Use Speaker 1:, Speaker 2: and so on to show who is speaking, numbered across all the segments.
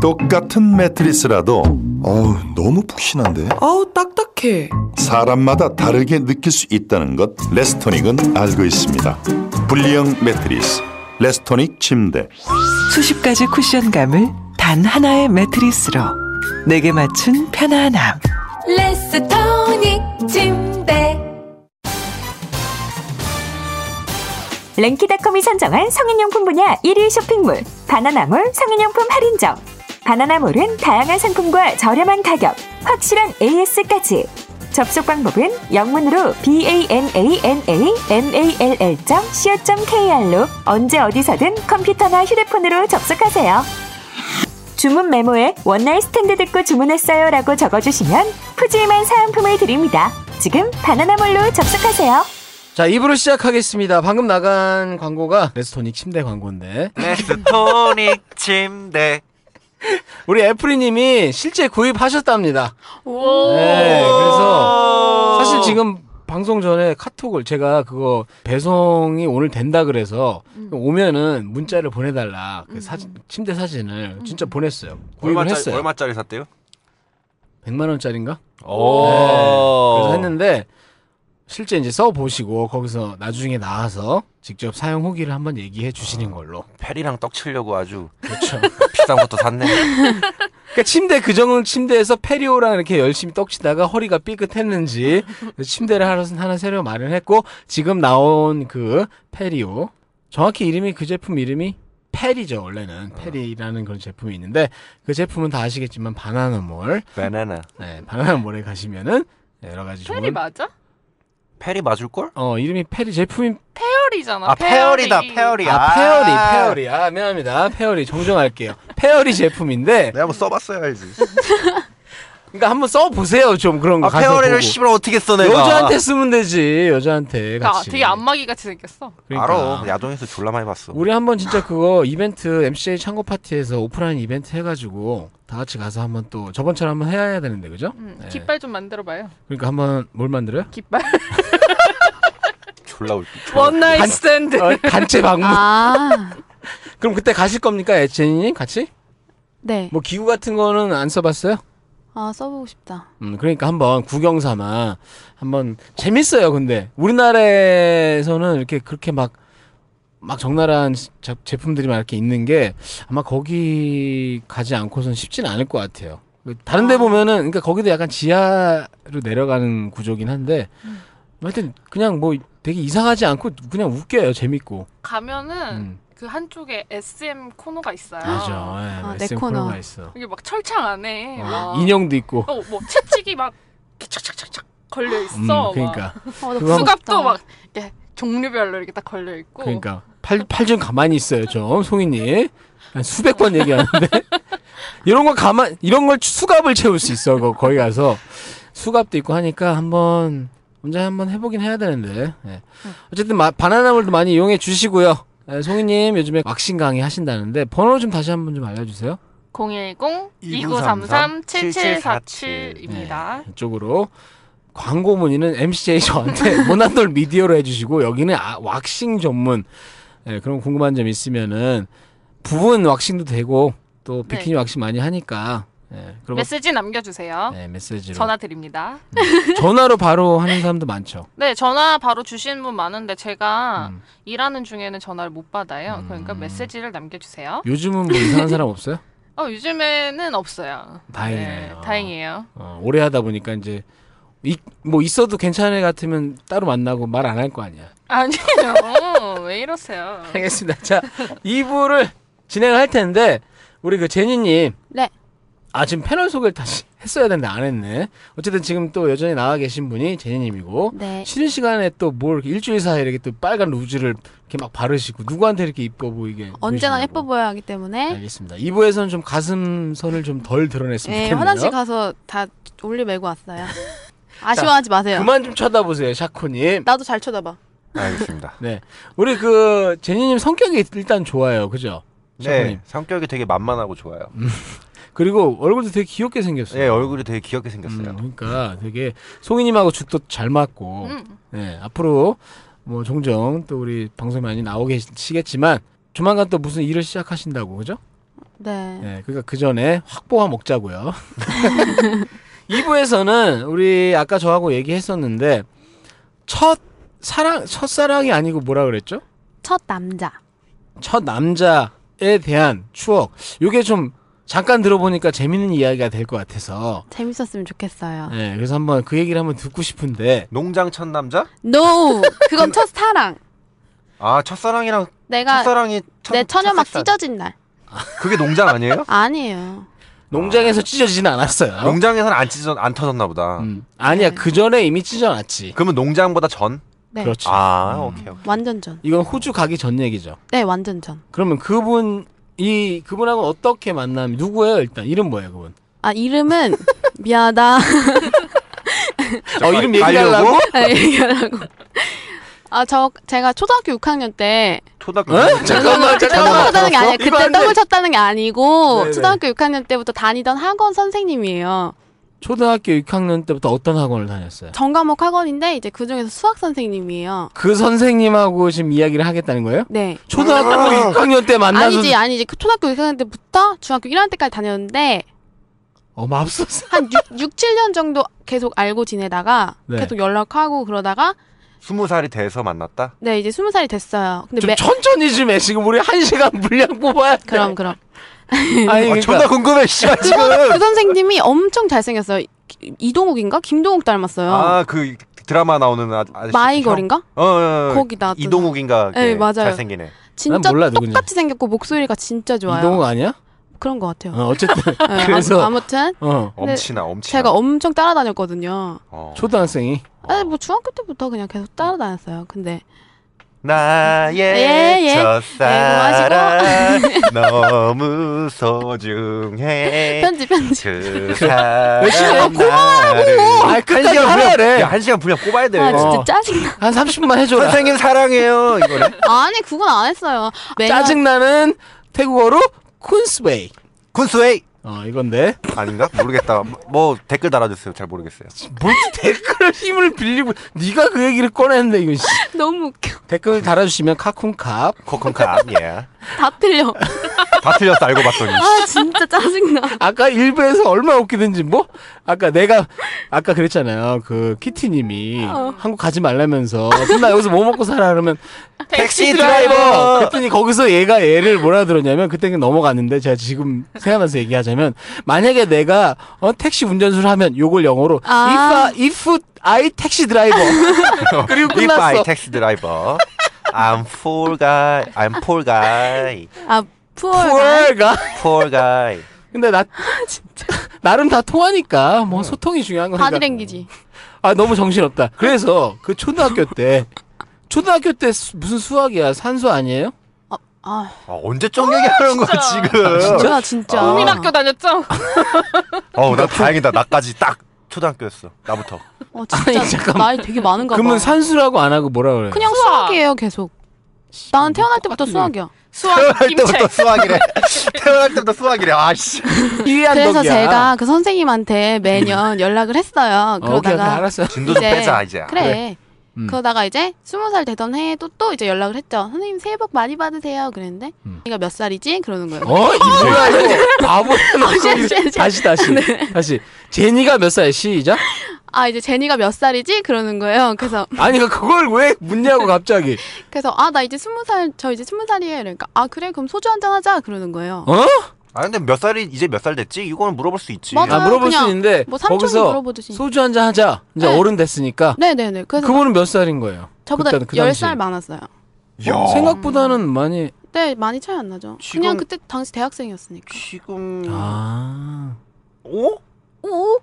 Speaker 1: 똑같은 매트리스라도 어우 너무 푹신한데
Speaker 2: 아우 딱딱해.
Speaker 1: 사람마다 다르게 느낄 수 있다는 것 레스토닉은 알고 있습니다. 분리형 매트리스 레스토닉 침대
Speaker 3: 수십 가지 쿠션감을 단 하나의 매트리스로 내게 맞춘 편안함.
Speaker 4: 레스토닉 침대
Speaker 5: 랭키닷컴이 선정한 성인용품 분야 1위 쇼핑몰 바나나몰 성인용품 할인점 바나나몰은 다양한 상품과 저렴한 가격 확실한 AS까지 접속 방법은 영문으로 bananamall.co.kr로 언제 어디서든 컴퓨터나 휴대폰으로 접속하세요. 주문 메모에 원날 스탠드 듣고 주문했어요 라고 적어주시면 푸짐한 사은품을 드립니다. 지금 바나나몰로 접속하세요.
Speaker 6: 자, 2부로 시작하겠습니다. 방금 나간 광고가 레스토닉 침대 광고인데.
Speaker 7: 네, 그 레스토닉 침대
Speaker 6: 우리 애플이님이 실제 구입하셨답니다.
Speaker 4: 오
Speaker 6: 네, 그래서 사실 지금 방송 전에 카톡을 제가 그거 배송이 오늘 된다 그래서 오면은 문자를 보내달라. 그 사진, 침대 사진을 진짜 보냈어요. 구입을
Speaker 7: 얼마짜리,
Speaker 6: 했어요.
Speaker 7: 얼마짜리 샀대요?
Speaker 6: 100만원짜리인가?
Speaker 7: 오.
Speaker 6: 네. 그래서 했는데 실제 이제 써보시고 거기서 나중에 나와서 직접 사용 후기를 한번 얘기해 주시는
Speaker 7: 아.
Speaker 6: 걸로.
Speaker 7: 페리랑 떡 치려고 아주
Speaker 6: 그렇죠.
Speaker 7: 비싼 것도 샀네.
Speaker 6: 그러니까 침대 그정은 침대에서 페리오랑 이렇게 열심히 떡치다가 허리가 삐끗했는지 그래서 침대를 하나, 하나 새로 마련했고 지금 나온 그 페리오 정확히 이름이 그 제품 이름이 페리죠 원래는
Speaker 7: 아.
Speaker 6: 페리라는 그런 제품이 있는데 그 제품은 다 아시겠지만 바나나몰
Speaker 7: 바나나.
Speaker 6: 네, 바나나몰에 가시면은 네, 여러 가지
Speaker 8: 페리
Speaker 6: 좋은
Speaker 8: 맞아?
Speaker 7: 페리 맞을 걸?
Speaker 6: 어 이름이 페리 제품이
Speaker 8: 페어리잖아.
Speaker 7: 아 페어리다 페어리.
Speaker 6: 아 페어리 페어리 아 미안합니다 페어리 정정할게요 페어리 제품인데
Speaker 7: 내가 한번 써봤어야 알지.
Speaker 6: 그러니까 한번 써보세요 좀 그런 거
Speaker 7: 아
Speaker 6: 가서
Speaker 7: 페어리를
Speaker 6: 보고.
Speaker 7: 씨발 어떻게 써 내가?
Speaker 6: 아, 여자한테 쓰면 되지 여자한테
Speaker 8: 야,
Speaker 6: 같이
Speaker 8: 아, 그러니까 되게 안마기 같이 생겼어.
Speaker 6: 그러니까.
Speaker 7: 알아. 야동에서 졸라 많이 봤어.
Speaker 6: 우리 한번 진짜 그거 이벤트 MCA 창고 파티에서 오프라인 이벤트 해가지고 다 같이 가서 한번 또 저번처럼 한번 해야 되는데 그죠?
Speaker 8: 음,
Speaker 6: 네.
Speaker 8: 깃발 좀 만들어 봐요.
Speaker 6: 그러니까 한번 뭘 만들어요?
Speaker 8: 깃발.
Speaker 7: 졸라 울.
Speaker 8: 원나잇 스탠드.
Speaker 6: 어, 단체 방문.
Speaker 4: 아
Speaker 6: 그럼 그때 가실 겁니까 에, 제니님 같이?
Speaker 4: 네.
Speaker 6: 뭐 기구 같은 거는 안 써봤어요?
Speaker 4: 아 써보고 싶다.
Speaker 6: 음 그러니까 한번 구경삼아 한번 재밌어요. 근데 우리나라에서는 이렇게 그렇게 막 막 적나라한 자- 제품들이 막 이렇게 있는 게 아마 거기 가지 않고선 쉽진 않을 것 같아요. 그 다른 데 보면은 그러니까 거기도 약간 지하로 내려가는 구조긴 한데 하여튼 그냥 뭐 되게 이상하지 않고 그냥 웃겨요. 재밌고.
Speaker 8: 가면은
Speaker 6: 음.
Speaker 8: 그 한쪽에 SM 코너가 있어요.
Speaker 6: 맞아. 예,
Speaker 4: 아, 내
Speaker 6: SM
Speaker 4: 코너.
Speaker 6: 코너가 있어.
Speaker 8: 이게 막 철창 안에
Speaker 6: 어,
Speaker 8: 막
Speaker 6: 인형도 있고.
Speaker 8: 어, 뭐 채찍이 막 이렇게 착착착착 걸려 있어. 뭐.
Speaker 6: 음,
Speaker 8: 막
Speaker 6: 그러니까.
Speaker 4: 어, 나
Speaker 6: 그거 한번-
Speaker 8: 수갑도 막 이렇게 종류별로 이렇게 딱 걸려 있고.
Speaker 6: 그러니까 팔 팔 좀 가만히 있어요, 좀 송이님. 한 수백 번 얘기하는데 이런 거 가만 이런 걸 수갑을 채울 수 있어. 거, 거기 가서 수갑도 있고 하니까 한번 언제 한번 해보긴 해야 되는데. 예. 어쨌든 마- 바나나물도 많이 이용해 주시고요. 예, 송이님 요즘에 왁싱 강의 하신다는데 번호 좀 다시 한번 좀 알려주세요. 네.
Speaker 8: 010-2933-7747입니다.
Speaker 6: 이쪽으로 광고 문의는 MCJ 저한테 모난돌 미디어로 해주시고 여기는 아, 왁싱 전문 예, 그런 궁금한 점 있으면은 부분 왁싱도 되고 또
Speaker 8: 네.
Speaker 6: 비키니 왁싱 많이 하니까 예, 그런 거-
Speaker 8: 메시지 남겨주세요.
Speaker 6: 예, 메시지로
Speaker 8: 전화 드립니다.
Speaker 6: 전화... 로 바로 하는 사람도 많죠.
Speaker 8: 네, 전화 바로 주시는 분 많은데 제가
Speaker 6: 음.
Speaker 8: 일하는 중에는 전화를 못 받아요. 그러니까
Speaker 6: 음.
Speaker 8: 메시지를 남겨주세요.
Speaker 6: 요즘은 뭐 이상한 사람 없어요?
Speaker 8: 어, 요즘에는 없어요.
Speaker 6: 다행이네요.
Speaker 8: 다행이에요.
Speaker 6: 어, 오래 하다 보니까 이제 이- 뭐 있어도 괜찮은 애 같으면 따로 만나고 말 안 할 거 아니야.
Speaker 8: 아니요. 어, 왜 이러세요?
Speaker 6: 알겠습니다. 자, 2부를 진행할 텐데 우리 그 제니님.
Speaker 4: 네.
Speaker 6: 아 지금 패널 소개를 다시 했어야 되는데 안 했네. 어쨌든 지금 또 여전히 나와 계신 분이 제니님이고
Speaker 4: 네.
Speaker 6: 쉬는 시간에 또 뭘 일주일 사이에 이렇게 또 빨간 루즈를 이렇게 막 바르시고 누구한테 이렇게 이뻐 보이게
Speaker 4: 언제나
Speaker 6: 보이시려고.
Speaker 4: 예뻐 보여야 하기 때문에
Speaker 6: 알겠습니다. 2부에서는 좀 가슴선을 좀 덜 드러냈으면
Speaker 4: 예,
Speaker 6: 좋겠네요.
Speaker 4: 화장실 가서 다 올리 메고 왔어요. 아쉬워하지 마세요.
Speaker 6: 그만 좀 쳐다보세요, 샤코님.
Speaker 4: 나도 잘 쳐다봐.
Speaker 7: 알겠습니다.
Speaker 6: 우리 그 제니님 성격이 일단 좋아요, 그죠? 샤코님.
Speaker 7: 네, 성격이 되게 만만하고 좋아요.
Speaker 6: 음. 그리고 얼굴도 되게 귀엽게 생겼어요.
Speaker 7: 네, 얼굴이 되게 귀엽게
Speaker 6: 음,
Speaker 7: 생겼어요.
Speaker 6: 그러니까 되게 송이님하고 죽도 잘 맞고,
Speaker 8: 음.
Speaker 6: 네, 앞으로 뭐 종종 또 우리 방송 많이 나오시겠지만 조만간 또 무슨 일을 시작하신다고 그죠?
Speaker 4: 네.
Speaker 6: 네, 그러니까 그 전에 확보와 먹자고요. 2부에서는 우리 아까 저하고 얘기했었는데 첫 사랑 첫 사랑이 아니고 뭐라 그랬죠?
Speaker 4: 첫 남자.
Speaker 6: 첫 남자에 대한 추억. 요게 좀 잠깐 들어보니까 재밌는 이야기가 될 것 같아서.
Speaker 4: 재밌었으면 좋겠어요.
Speaker 6: 네, 그래서 한번 그 얘기를 한번 듣고 싶은데
Speaker 7: 농장 첫 남자?
Speaker 4: No! 그건 첫 사랑.
Speaker 7: 아 첫사랑이랑
Speaker 4: 내가
Speaker 7: 첫사랑이 첫,
Speaker 4: 그러니까 내 처녀 막
Speaker 7: 찢어
Speaker 4: 찢어진 날.
Speaker 7: 그게 농장 아니에요?
Speaker 4: 아니에요.
Speaker 6: 농장에서 찢어지진 않았어요.
Speaker 7: 농장에서는 안 찢어 안 터졌나 보다.
Speaker 6: 음, 아니야
Speaker 4: 네.
Speaker 6: 그 전에 이미 찢어놨지.
Speaker 7: 그러면 농장보다 전?
Speaker 4: 네.
Speaker 6: 그렇지.
Speaker 7: 아
Speaker 6: 음.
Speaker 7: 오케이 오케이.
Speaker 4: 완전 전.
Speaker 6: 이건 호주 가기 전 얘기죠.
Speaker 4: 네, 완전 전.
Speaker 6: 그러면 그분 이 그분하고 어떻게 만남? 누구예요 일단 이름 뭐예요 그분?
Speaker 4: 아, 이름은 미안하다.
Speaker 6: 어 이름 얘기하려고?
Speaker 7: 알려고?
Speaker 4: 아, 얘기하라고. 아, 저 제가 초등학교 6학년 때
Speaker 7: 초등학교
Speaker 6: 어? 잠깐만
Speaker 4: 그때 떡을
Speaker 6: 잠깐만.
Speaker 4: 쳤다는 게 아니야.
Speaker 6: 이거
Speaker 4: 그때
Speaker 6: 안 돼.
Speaker 4: 떡을 쳤다는 게 아니고
Speaker 6: 네네.
Speaker 4: 초등학교 6학년 때부터 다니던 학원 선생님이에요.
Speaker 6: 초등학교 6학년 때부터 어떤 학원을 다녔어요?
Speaker 4: 전과목 학원인데 이제 그 중에서 수학 선생님이에요.
Speaker 6: 그 선생님하고 지금 이야기를 하겠다는 거예요?
Speaker 4: 네.
Speaker 7: 아.
Speaker 6: 초등학교 6학년 때 만나서
Speaker 4: 아니지 아니지 그 초등학교 6학년 때부터 중학교 1학년 때까지 다녔는데
Speaker 6: 어 맙소사.
Speaker 4: 한 6, 6 7년 정도 계속 알고 지내다가
Speaker 6: 네.
Speaker 4: 계속 연락하고 그러다가
Speaker 7: 스무 살이 돼서 만났다.
Speaker 4: 네 이제 20살이 됐어요. 근데
Speaker 6: 좀
Speaker 4: 매,
Speaker 6: 천천히 좀 해. 지금 우리 한 시간 물량 뽑아야 돼.
Speaker 4: 그럼 그럼
Speaker 6: 아니
Speaker 7: 아,
Speaker 6: 그러니까
Speaker 7: 존나 궁금해 씨발
Speaker 4: 그,
Speaker 7: 지금.
Speaker 4: 선- 그 선생님이 엄청 잘생겼어요. 이- 이동욱인가 김동욱 닮았어요.
Speaker 7: 아그 드라마 나오는 아, 아저씨.
Speaker 4: 마이걸인가?
Speaker 7: 형? 어, 어, 어.
Speaker 4: 거기 나왔던
Speaker 7: 이동욱인가.
Speaker 4: 네,
Speaker 7: 걔
Speaker 4: 맞아요.
Speaker 7: 잘생기네.
Speaker 4: 진짜
Speaker 6: 몰라, 누군지.
Speaker 4: 똑같이 생겼고 목소리가 진짜 좋아요.
Speaker 6: 이동욱 아니야?
Speaker 4: 그런 것 같아요.
Speaker 6: 어, 어쨌든
Speaker 4: 네,
Speaker 6: 그래서-
Speaker 4: 아무, 아무튼
Speaker 6: 어
Speaker 4: 근데
Speaker 7: 엄친아 엄친아.
Speaker 4: 제가 엄청 따라다녔거든요.
Speaker 7: 어.
Speaker 6: 초등학생이
Speaker 4: 아니 뭐 중학교 때부터 그냥 계속 따라다녔어요. 근데
Speaker 7: 나의
Speaker 4: 예, 예.
Speaker 7: 첫사랑 너무 소중해
Speaker 4: 편지 편지.
Speaker 7: 그 사람
Speaker 6: 어,
Speaker 7: 고마워라고
Speaker 6: 아, 끝까지 살아야 돼.
Speaker 7: 한 시간 분량 뽑아야 돼
Speaker 4: 아
Speaker 7: 이거.
Speaker 4: 진짜
Speaker 6: 어.
Speaker 4: 짜증나.
Speaker 6: 한 30분만 해줘라.
Speaker 7: 선생님 사랑해요 이거래
Speaker 4: 아니 그건 안 했어요. 왜냐면
Speaker 6: 짜증나는 태국어로 쿤스웨이.
Speaker 7: 군수웨이
Speaker 6: 어 이건데
Speaker 7: 아닌가 모르겠다 뭐 댓글 달아주세요 잘 모르겠어요
Speaker 6: 뭘 댓글을 힘을 빌리고 네가 그 얘기를 꺼냈는데 이거 씨.
Speaker 4: 너무 웃겨.
Speaker 6: 댓글 달아주시면 카쿤캅
Speaker 7: 코콘캅 예다
Speaker 4: 다 틀려.
Speaker 7: 틀렸어 알고 봤더니
Speaker 4: 아 진짜 짜증나.
Speaker 6: 아까 일부에서 얼마 나 웃기든지 뭐 아까 내가 아까 그랬잖아요 그 키티님이 한국 가지 말라면서 그럼 나 여기서 뭐 먹고 살아 그러면
Speaker 7: 택시
Speaker 6: 드라이버 그랬더니 거기서 얘가 얘를 뭐라 들었냐면 그때 그냥 넘어갔는데 제가 지금 생각나서 얘기하자면 만약에 내가 어, 택시 운전수를 하면 요걸 영어로
Speaker 4: 아.
Speaker 6: if I, if I 택시 드라이버 그리고
Speaker 7: If I
Speaker 6: 끝났어
Speaker 7: 택시 드라이버 I'm poor guy I'm poor guy
Speaker 4: 아
Speaker 6: 어,
Speaker 4: 푸얼.
Speaker 6: 푸얼가
Speaker 7: poor guy
Speaker 6: 근데 나 나름 다 통하니까 뭐 소통이 중요한 거니까
Speaker 4: 바디랭귀지.
Speaker 6: 아 너무 정신없다 그래서 그 초등학교 때 초등학교 때 수- 무슨 수학이야 산수 아니에요?
Speaker 4: 아
Speaker 7: 아, 언제쯤 얘기하는 거야
Speaker 8: 진짜.
Speaker 7: 지금
Speaker 4: 뭐야 진짜.
Speaker 7: 아.
Speaker 8: 국민학교 다녔죠?
Speaker 7: 어우 나 다행이다 나까지 딱 초등학교였어 나부터
Speaker 4: 어 진짜
Speaker 6: 아니, 잠깐만.
Speaker 4: 나이 되게 많은가 봐.
Speaker 6: 그러면 산수라고 안 하고 뭐라 그래요?
Speaker 4: 그러니까 뭐. 그냥
Speaker 8: 수학.
Speaker 4: 수학이에요 계속. 나는 태어날 때부터 수학이야.
Speaker 8: 수학 김책.
Speaker 7: 아, 수학이래 태어날 때부터 수학이래 아씨
Speaker 6: 이해한덕이야. 음.
Speaker 4: 그래서 제가 그 선생님한테 매년 연락을 했어요.
Speaker 6: 어, 오케이, 오케이
Speaker 4: 그러다가
Speaker 6: 알았어요.
Speaker 7: 진도 좀
Speaker 4: 이제-
Speaker 7: 빼자 이제
Speaker 4: 그래.
Speaker 6: 음.
Speaker 4: 그러다가 이제 스무 살 되던 해에도 또 이제 연락을 했죠. 선생님 새해 복 많이 받으세요. 그랬는데
Speaker 6: 음.
Speaker 4: 얘가 몇 살이지? 그러는 거예요.
Speaker 6: 어, 이 뭐야 이거 바보야 너.
Speaker 4: 어, 쉐, 쉐, 쉐.
Speaker 6: 다시 다시
Speaker 4: 네.
Speaker 6: 다시 제니가 몇 살이야 시작?
Speaker 4: 아 이제 제니가 몇 살이지? 그러는 거예요. 그래서
Speaker 6: 아니 그러니까 그걸 왜 묻냐고 갑자기
Speaker 4: 그래서 아 나 이제 스무 살 저 이제 스무 살이에요. 그러니까 아 그래 그럼 소주 한잔 하자 그러는 거예요.
Speaker 6: 어?
Speaker 7: 아 근데 몇 살이 이제 몇 살 됐지 이거는 물어볼 수 있지
Speaker 4: 맞아.
Speaker 6: 아 물어볼 수
Speaker 4: 그냥
Speaker 6: 있는데
Speaker 4: 뭐 삼촌이
Speaker 6: 거기서
Speaker 4: 물어보듯이.
Speaker 6: 소주 한 잔 하자 이제
Speaker 4: 네.
Speaker 6: 어른 됐으니까
Speaker 4: 네네네. 그래서
Speaker 6: 그분은 몇 살인 거예요?
Speaker 4: 저보다
Speaker 6: 그때는 그
Speaker 4: 열
Speaker 6: 당시에.
Speaker 4: 살 많았어요.
Speaker 7: 야.
Speaker 6: 생각보다는 많이
Speaker 4: 네 많이 차이 안 나죠.
Speaker 7: 지금-
Speaker 4: 그냥 그때 당시 대학생이었으니까. 음.
Speaker 7: 지금 어?
Speaker 6: 아
Speaker 7: 오?
Speaker 4: 오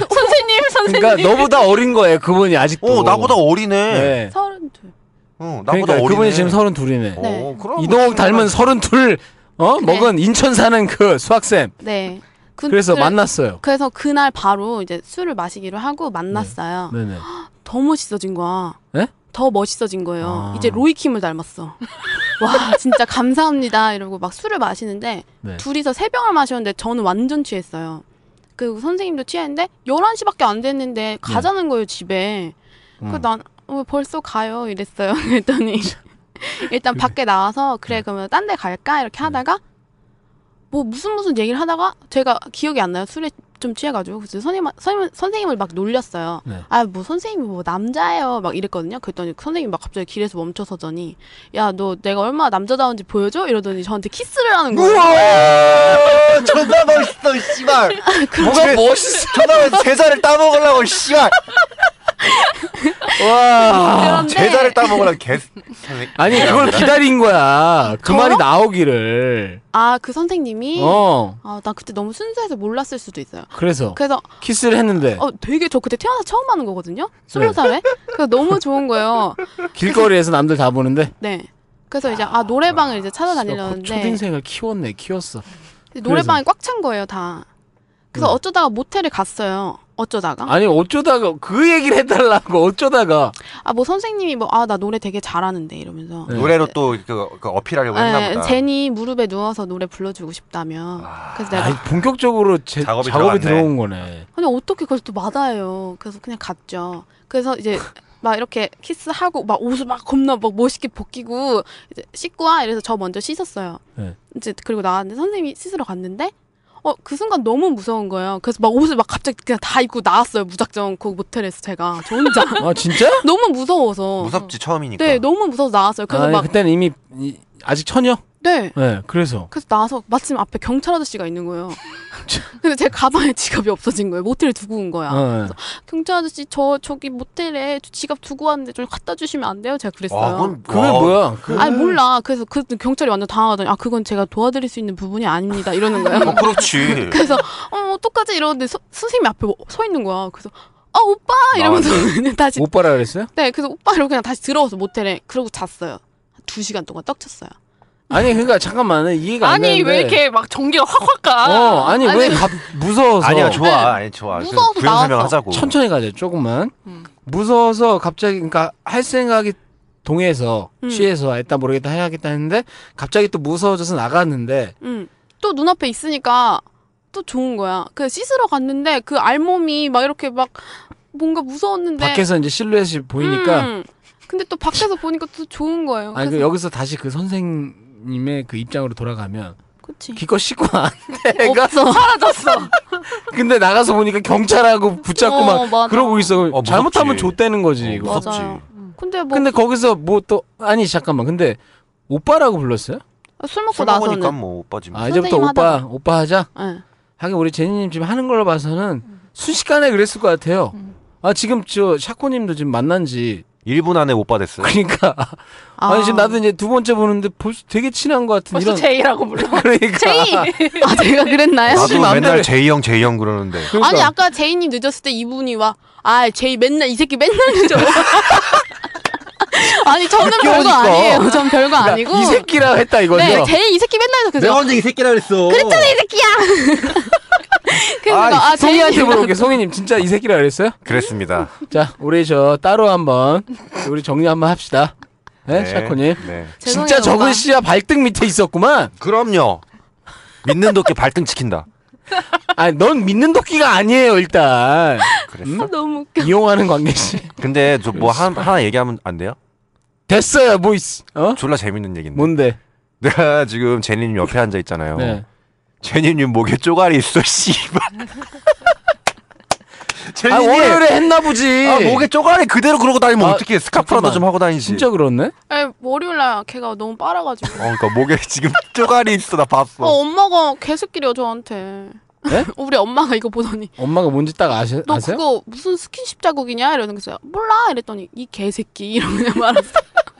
Speaker 8: 선생님 선생님.
Speaker 6: 그러니까 너보다 어린 거예요 그분이 아직도
Speaker 7: 어 나보다 어리네
Speaker 6: 네.
Speaker 4: 서른 둘.
Speaker 7: 어 나보다
Speaker 6: 그러니까
Speaker 7: 어리네
Speaker 6: 그분이 지금 서른 둘이네
Speaker 4: 어. 네.
Speaker 7: 오, 그럼 뭐
Speaker 6: 이동욱 닮은 서른 둘어
Speaker 4: 그래.
Speaker 6: 먹은 인천 사는 그 수학쌤
Speaker 4: 네. 그,
Speaker 6: 그래서
Speaker 4: 그-
Speaker 6: 만났어요
Speaker 4: 그래서 그날 바로 이제 술을 마시기로 하고 만났어요.
Speaker 6: 네. 네네
Speaker 4: 더 멋있어진 거야.
Speaker 6: 네?
Speaker 4: 더 멋있어진 거예요.
Speaker 6: 아.
Speaker 4: 이제 로이킴을 닮았어. 와, 진짜 감사합니다. 이러고 막 술을 마시는데,
Speaker 6: 네.
Speaker 4: 둘이서 세 병을 마셨는데, 저는 완전 취했어요. 그리고 선생님도 취했는데, 11시밖에 안 됐는데, 가자는 거예요, 집에.
Speaker 6: 네. 음.
Speaker 4: 그 난, 어, 벌써 가요. 이랬어요.
Speaker 6: 네.
Speaker 4: 그랬더니, 일단 밖에 나와서, 그래, 그러면 딴 데 갈까? 이렇게 하다가, 뭐 무슨 무슨 얘기를 하다가 제가 기억이 안 나요. 술에 좀 취해가지고 그래서 선생님 선생님- 선생님을 막 놀렸어요.
Speaker 6: 네.
Speaker 4: 아 뭐 선생님이 뭐 남자예요 막 이랬거든요. 그랬더니 선생님이 막 갑자기 길에서 멈춰서더니 야 너 내가 얼마나 남자다운지 보여줘 이러더니 저한테 키스를 하는 거예요.
Speaker 7: 우와 존나 멋있어 씨발
Speaker 4: 아,
Speaker 6: 뭐가 멋있어.
Speaker 7: 존나 제자를 따먹으려고 씨발 와
Speaker 4: 그런데-
Speaker 7: 제자를 따먹으려고 개 선생님.
Speaker 6: 아니
Speaker 7: 네.
Speaker 6: 그걸 기다린 거야. 그 말이 나오기를.
Speaker 4: 아 그 선생님이
Speaker 6: 어.
Speaker 4: 아 나 그때 너무 순수해서 몰랐을 수도 있어요.
Speaker 6: 그래서
Speaker 4: 그래서
Speaker 6: 키스를 했는데
Speaker 4: 어 되게 저 그때 태어나서 처음 하는 거거든요.
Speaker 6: 네.
Speaker 4: 솔로 사회. 그래서 너무 좋은 거예요.
Speaker 6: 길거리에서 남들 다 보는데
Speaker 4: 네. 그래서 이제 아 노래방을 이제
Speaker 6: 그
Speaker 4: 찾아다니려는데
Speaker 6: 초딩생을 키웠네 키웠어.
Speaker 4: 근데 노래방이 꽉 찬 거예요 다. 그래서
Speaker 6: 네.
Speaker 4: 어쩌다가 모텔에 갔어요. 어쩌다가
Speaker 6: 아니 어쩌다가 그 얘기를 해달라고 어쩌다가
Speaker 4: 아 뭐 선생님이 뭐 아 나 노래 되게 잘하는데 이러면서
Speaker 6: 네.
Speaker 7: 노래로 또 그 어필하려고 했나
Speaker 4: 예,
Speaker 7: 보다
Speaker 4: 제니 무릎에 누워서 노래 불러주고 싶다며 그래서 내가
Speaker 6: 아니, 본격적으로 제, 작업이,
Speaker 7: 작업이 들어갔네.
Speaker 6: 들어온 거네.
Speaker 4: 아니 어떻게 그걸 또 맞아요 그래서 그냥 갔죠 그래서 이제 막 이렇게 키스하고 막 옷을 막 겁나 막 멋있게 벗기고 이제 씻고 와 이래서 저 먼저 씻었어요
Speaker 6: 네.
Speaker 4: 이제 그리고 나왔는데 선생님이 씻으러 갔는데 어 그 순간 너무 무서운 거예요 그래서 막 옷을 막 갑자기 그냥 다 입고 나왔어요 무작정 그 모텔에서 제가 저 혼자
Speaker 6: 아 진짜?
Speaker 4: 너무 무서워서
Speaker 7: 무섭지 처음이니까
Speaker 4: 네 너무 무서워서 나왔어요 그래서
Speaker 6: 아니,
Speaker 4: 막
Speaker 6: 그때는 이미 이- 아직 처녀.
Speaker 4: 네.
Speaker 6: 네, 그래서
Speaker 4: 그래서 나와서 마침 앞에 경찰 아저씨가 있는 거예요. 근데 제 가방에 지갑이 없어진 거예요. 모텔에 두고 온 거야.
Speaker 6: 어,
Speaker 4: 경찰 아저씨 저 저기 모텔에 저 지갑 두고 왔는데 좀 갖다 주시면 안 돼요? 제가
Speaker 7: 와,
Speaker 4: 그랬어요.
Speaker 7: 아, 그건,
Speaker 6: 그게 뭐야? 그,
Speaker 4: 아니 몰라. 그래서 그 경찰이 완전 당황하더니 아 그건 제가 도와드릴 수 있는 부분이 아닙니다. 이러는 거예요.
Speaker 7: 어, 그렇지
Speaker 4: 그래서 어 어떡하지 이러는데 서, 선생님이 앞에 뭐, 서 있는 거야. 그래서 아 오빠 이러면서 그냥 다시
Speaker 6: 못 봐라 그랬어요?
Speaker 4: 네 그래서 오빠 이러고 그냥 다시 들어와서 모텔에 그러고 잤어요. 두 시간 동안 떡쳤어요.
Speaker 6: 아니 그러니까 잠깐만 이해가 안
Speaker 8: 아니
Speaker 6: 되는데.
Speaker 8: 왜 이렇게 막 전기가 확확 가?
Speaker 6: 어, 아니, 왜 갑, 무서워서. 네.
Speaker 7: 아니야 좋아 아니 좋아 그래서
Speaker 4: 무서워서
Speaker 7: 부연
Speaker 4: 나왔어.
Speaker 7: 설명하자고
Speaker 6: 천천히 가자 조금만
Speaker 8: 음.
Speaker 6: 무서워서 갑자기 그러니까 할 생각이 동해서
Speaker 4: 음.
Speaker 6: 취해서 일단 모르겠다 해야겠다 했는데 갑자기 또 무서워져서 나갔는데
Speaker 4: 응. 또 눈앞에 있으니까 또 좋은 거야. 그 씻으러 갔는데 그 알몸이 막 이렇게 막 뭔가 무서웠는데.
Speaker 6: 밖에서 이제 실루엣이 보이니까
Speaker 4: 네. 음. 근데 또 밖에서 보니까 또 좋은 거예요.
Speaker 6: 아니 그
Speaker 4: 그래서
Speaker 6: 여기서 다시 그 선생님의 그 입장으로 돌아가면
Speaker 4: 그치.
Speaker 6: 기껏 씻고 왔는데
Speaker 4: 어,
Speaker 6: 애가
Speaker 4: 사라졌어.
Speaker 6: 근데 나가서 보니까 경찰하고 붙잡고
Speaker 4: 어,
Speaker 6: 막
Speaker 4: 맞아.
Speaker 6: 그러고 있어
Speaker 7: 무섭지.
Speaker 6: 잘못하면 좆되는 거지 음.
Speaker 7: 어,
Speaker 6: 이거
Speaker 4: 맞아.
Speaker 7: 무섭지
Speaker 4: 맞아요. 근데 뭐
Speaker 6: 근데 거기서 뭐 또 아니 잠깐만 근데 오빠라고 불렀어요?
Speaker 4: 술 먹고
Speaker 7: 술 먹으니까
Speaker 4: 나서는.
Speaker 7: 뭐 오빠지 뭐.
Speaker 6: 아 이제부터
Speaker 4: 선생님
Speaker 6: 오빠
Speaker 4: 하다가.
Speaker 6: 오빠 하자
Speaker 4: 예.
Speaker 6: 하긴 우리 제니님 지금 하는 걸로 봐서는 순식간에 그랬을 것 같아요.
Speaker 4: 음.
Speaker 6: 아 지금 저 샤코님도 지금 만난 지
Speaker 7: 1분 안에 오빠 됐어요
Speaker 6: 그러니까 아. 니 지금 나도 이제 두 번째 보는데 벌써 되게 친한 것 같은
Speaker 8: 벌써
Speaker 6: 이런
Speaker 8: 제이라고 불러.
Speaker 6: 그러니까
Speaker 8: 제이.
Speaker 4: 아, 제가 그랬나요?
Speaker 6: 씨,
Speaker 7: 나도
Speaker 6: 맘대로 해.
Speaker 7: 맨날 제이 형 제이 형 그러는데
Speaker 6: 그러니까.
Speaker 4: 아니, 아까 제이님 늦었을 때 이분이 와. 아, 제이 맨날, 이 새끼 맨날 늦어. 아니, 저는 별거
Speaker 6: 오니까.
Speaker 4: 아니에요. 전 별거
Speaker 6: 그러니까
Speaker 4: 아니고.
Speaker 6: 이 새끼라 했다 이거죠.
Speaker 4: 네, 제이 이 새끼 맨날 늦어. 그래서
Speaker 7: 언제 이 새끼라 그랬어
Speaker 4: 그랬잖아 이 새끼야. 그러니까 아,
Speaker 6: 아, 송이한테
Speaker 4: 제이한테
Speaker 6: 물어볼게. 송이님 진짜 이 새끼라 그랬어요?
Speaker 7: 그랬습니다
Speaker 6: 자 우리 저 따로 한번 우리 정리 한번 합시다. 네,
Speaker 7: 네,
Speaker 6: 샤코님.
Speaker 7: 네.
Speaker 6: 진짜 저분 씨야 발등 밑에 있었구만.
Speaker 7: 그럼요 믿는 도끼 발등 지킨다
Speaker 6: 아니 넌 믿는 도끼가 아니에요 일단
Speaker 7: 그랬어
Speaker 4: 너무 웃겨.
Speaker 6: 이용하는 관계지.
Speaker 7: 근데 저 뭐 하나 얘기하면 안 돼요?
Speaker 6: 됐어요 뭐 있어? 어?
Speaker 7: 졸라 재밌는 얘긴데
Speaker 6: 뭔데?
Speaker 7: 내가 지금 제니님 옆에 앉아 있잖아요
Speaker 6: 네.
Speaker 7: 제니님 목에 쪼가리 있어 씨발
Speaker 6: 아
Speaker 7: 제니님
Speaker 6: 월요일에 했나 보지.
Speaker 7: 아, 목에 쪼가리 그대로 그러고 다니면
Speaker 6: 아,
Speaker 7: 어떻게 스카프라도
Speaker 6: 잠깐만.
Speaker 7: 좀 하고 다니지
Speaker 6: 진짜 그렇네.
Speaker 4: 아니, 월요일날 걔가 너무 빨아가지고.
Speaker 7: 어, 그러니까 목에 지금 쪼가리 있어 나
Speaker 4: 어,
Speaker 7: 봤어
Speaker 4: 엄마가 개새끼려 저한테.
Speaker 6: 뭐. 네?
Speaker 4: 우리 엄마가 이거 보더니
Speaker 6: 엄마가 뭔지 딱 아시,
Speaker 4: 너
Speaker 6: 아세요?
Speaker 4: 그거 무슨 스킨십 자국이냐 이러는 거죠. 몰라 이랬더니 이 개새끼 이러면 말았어.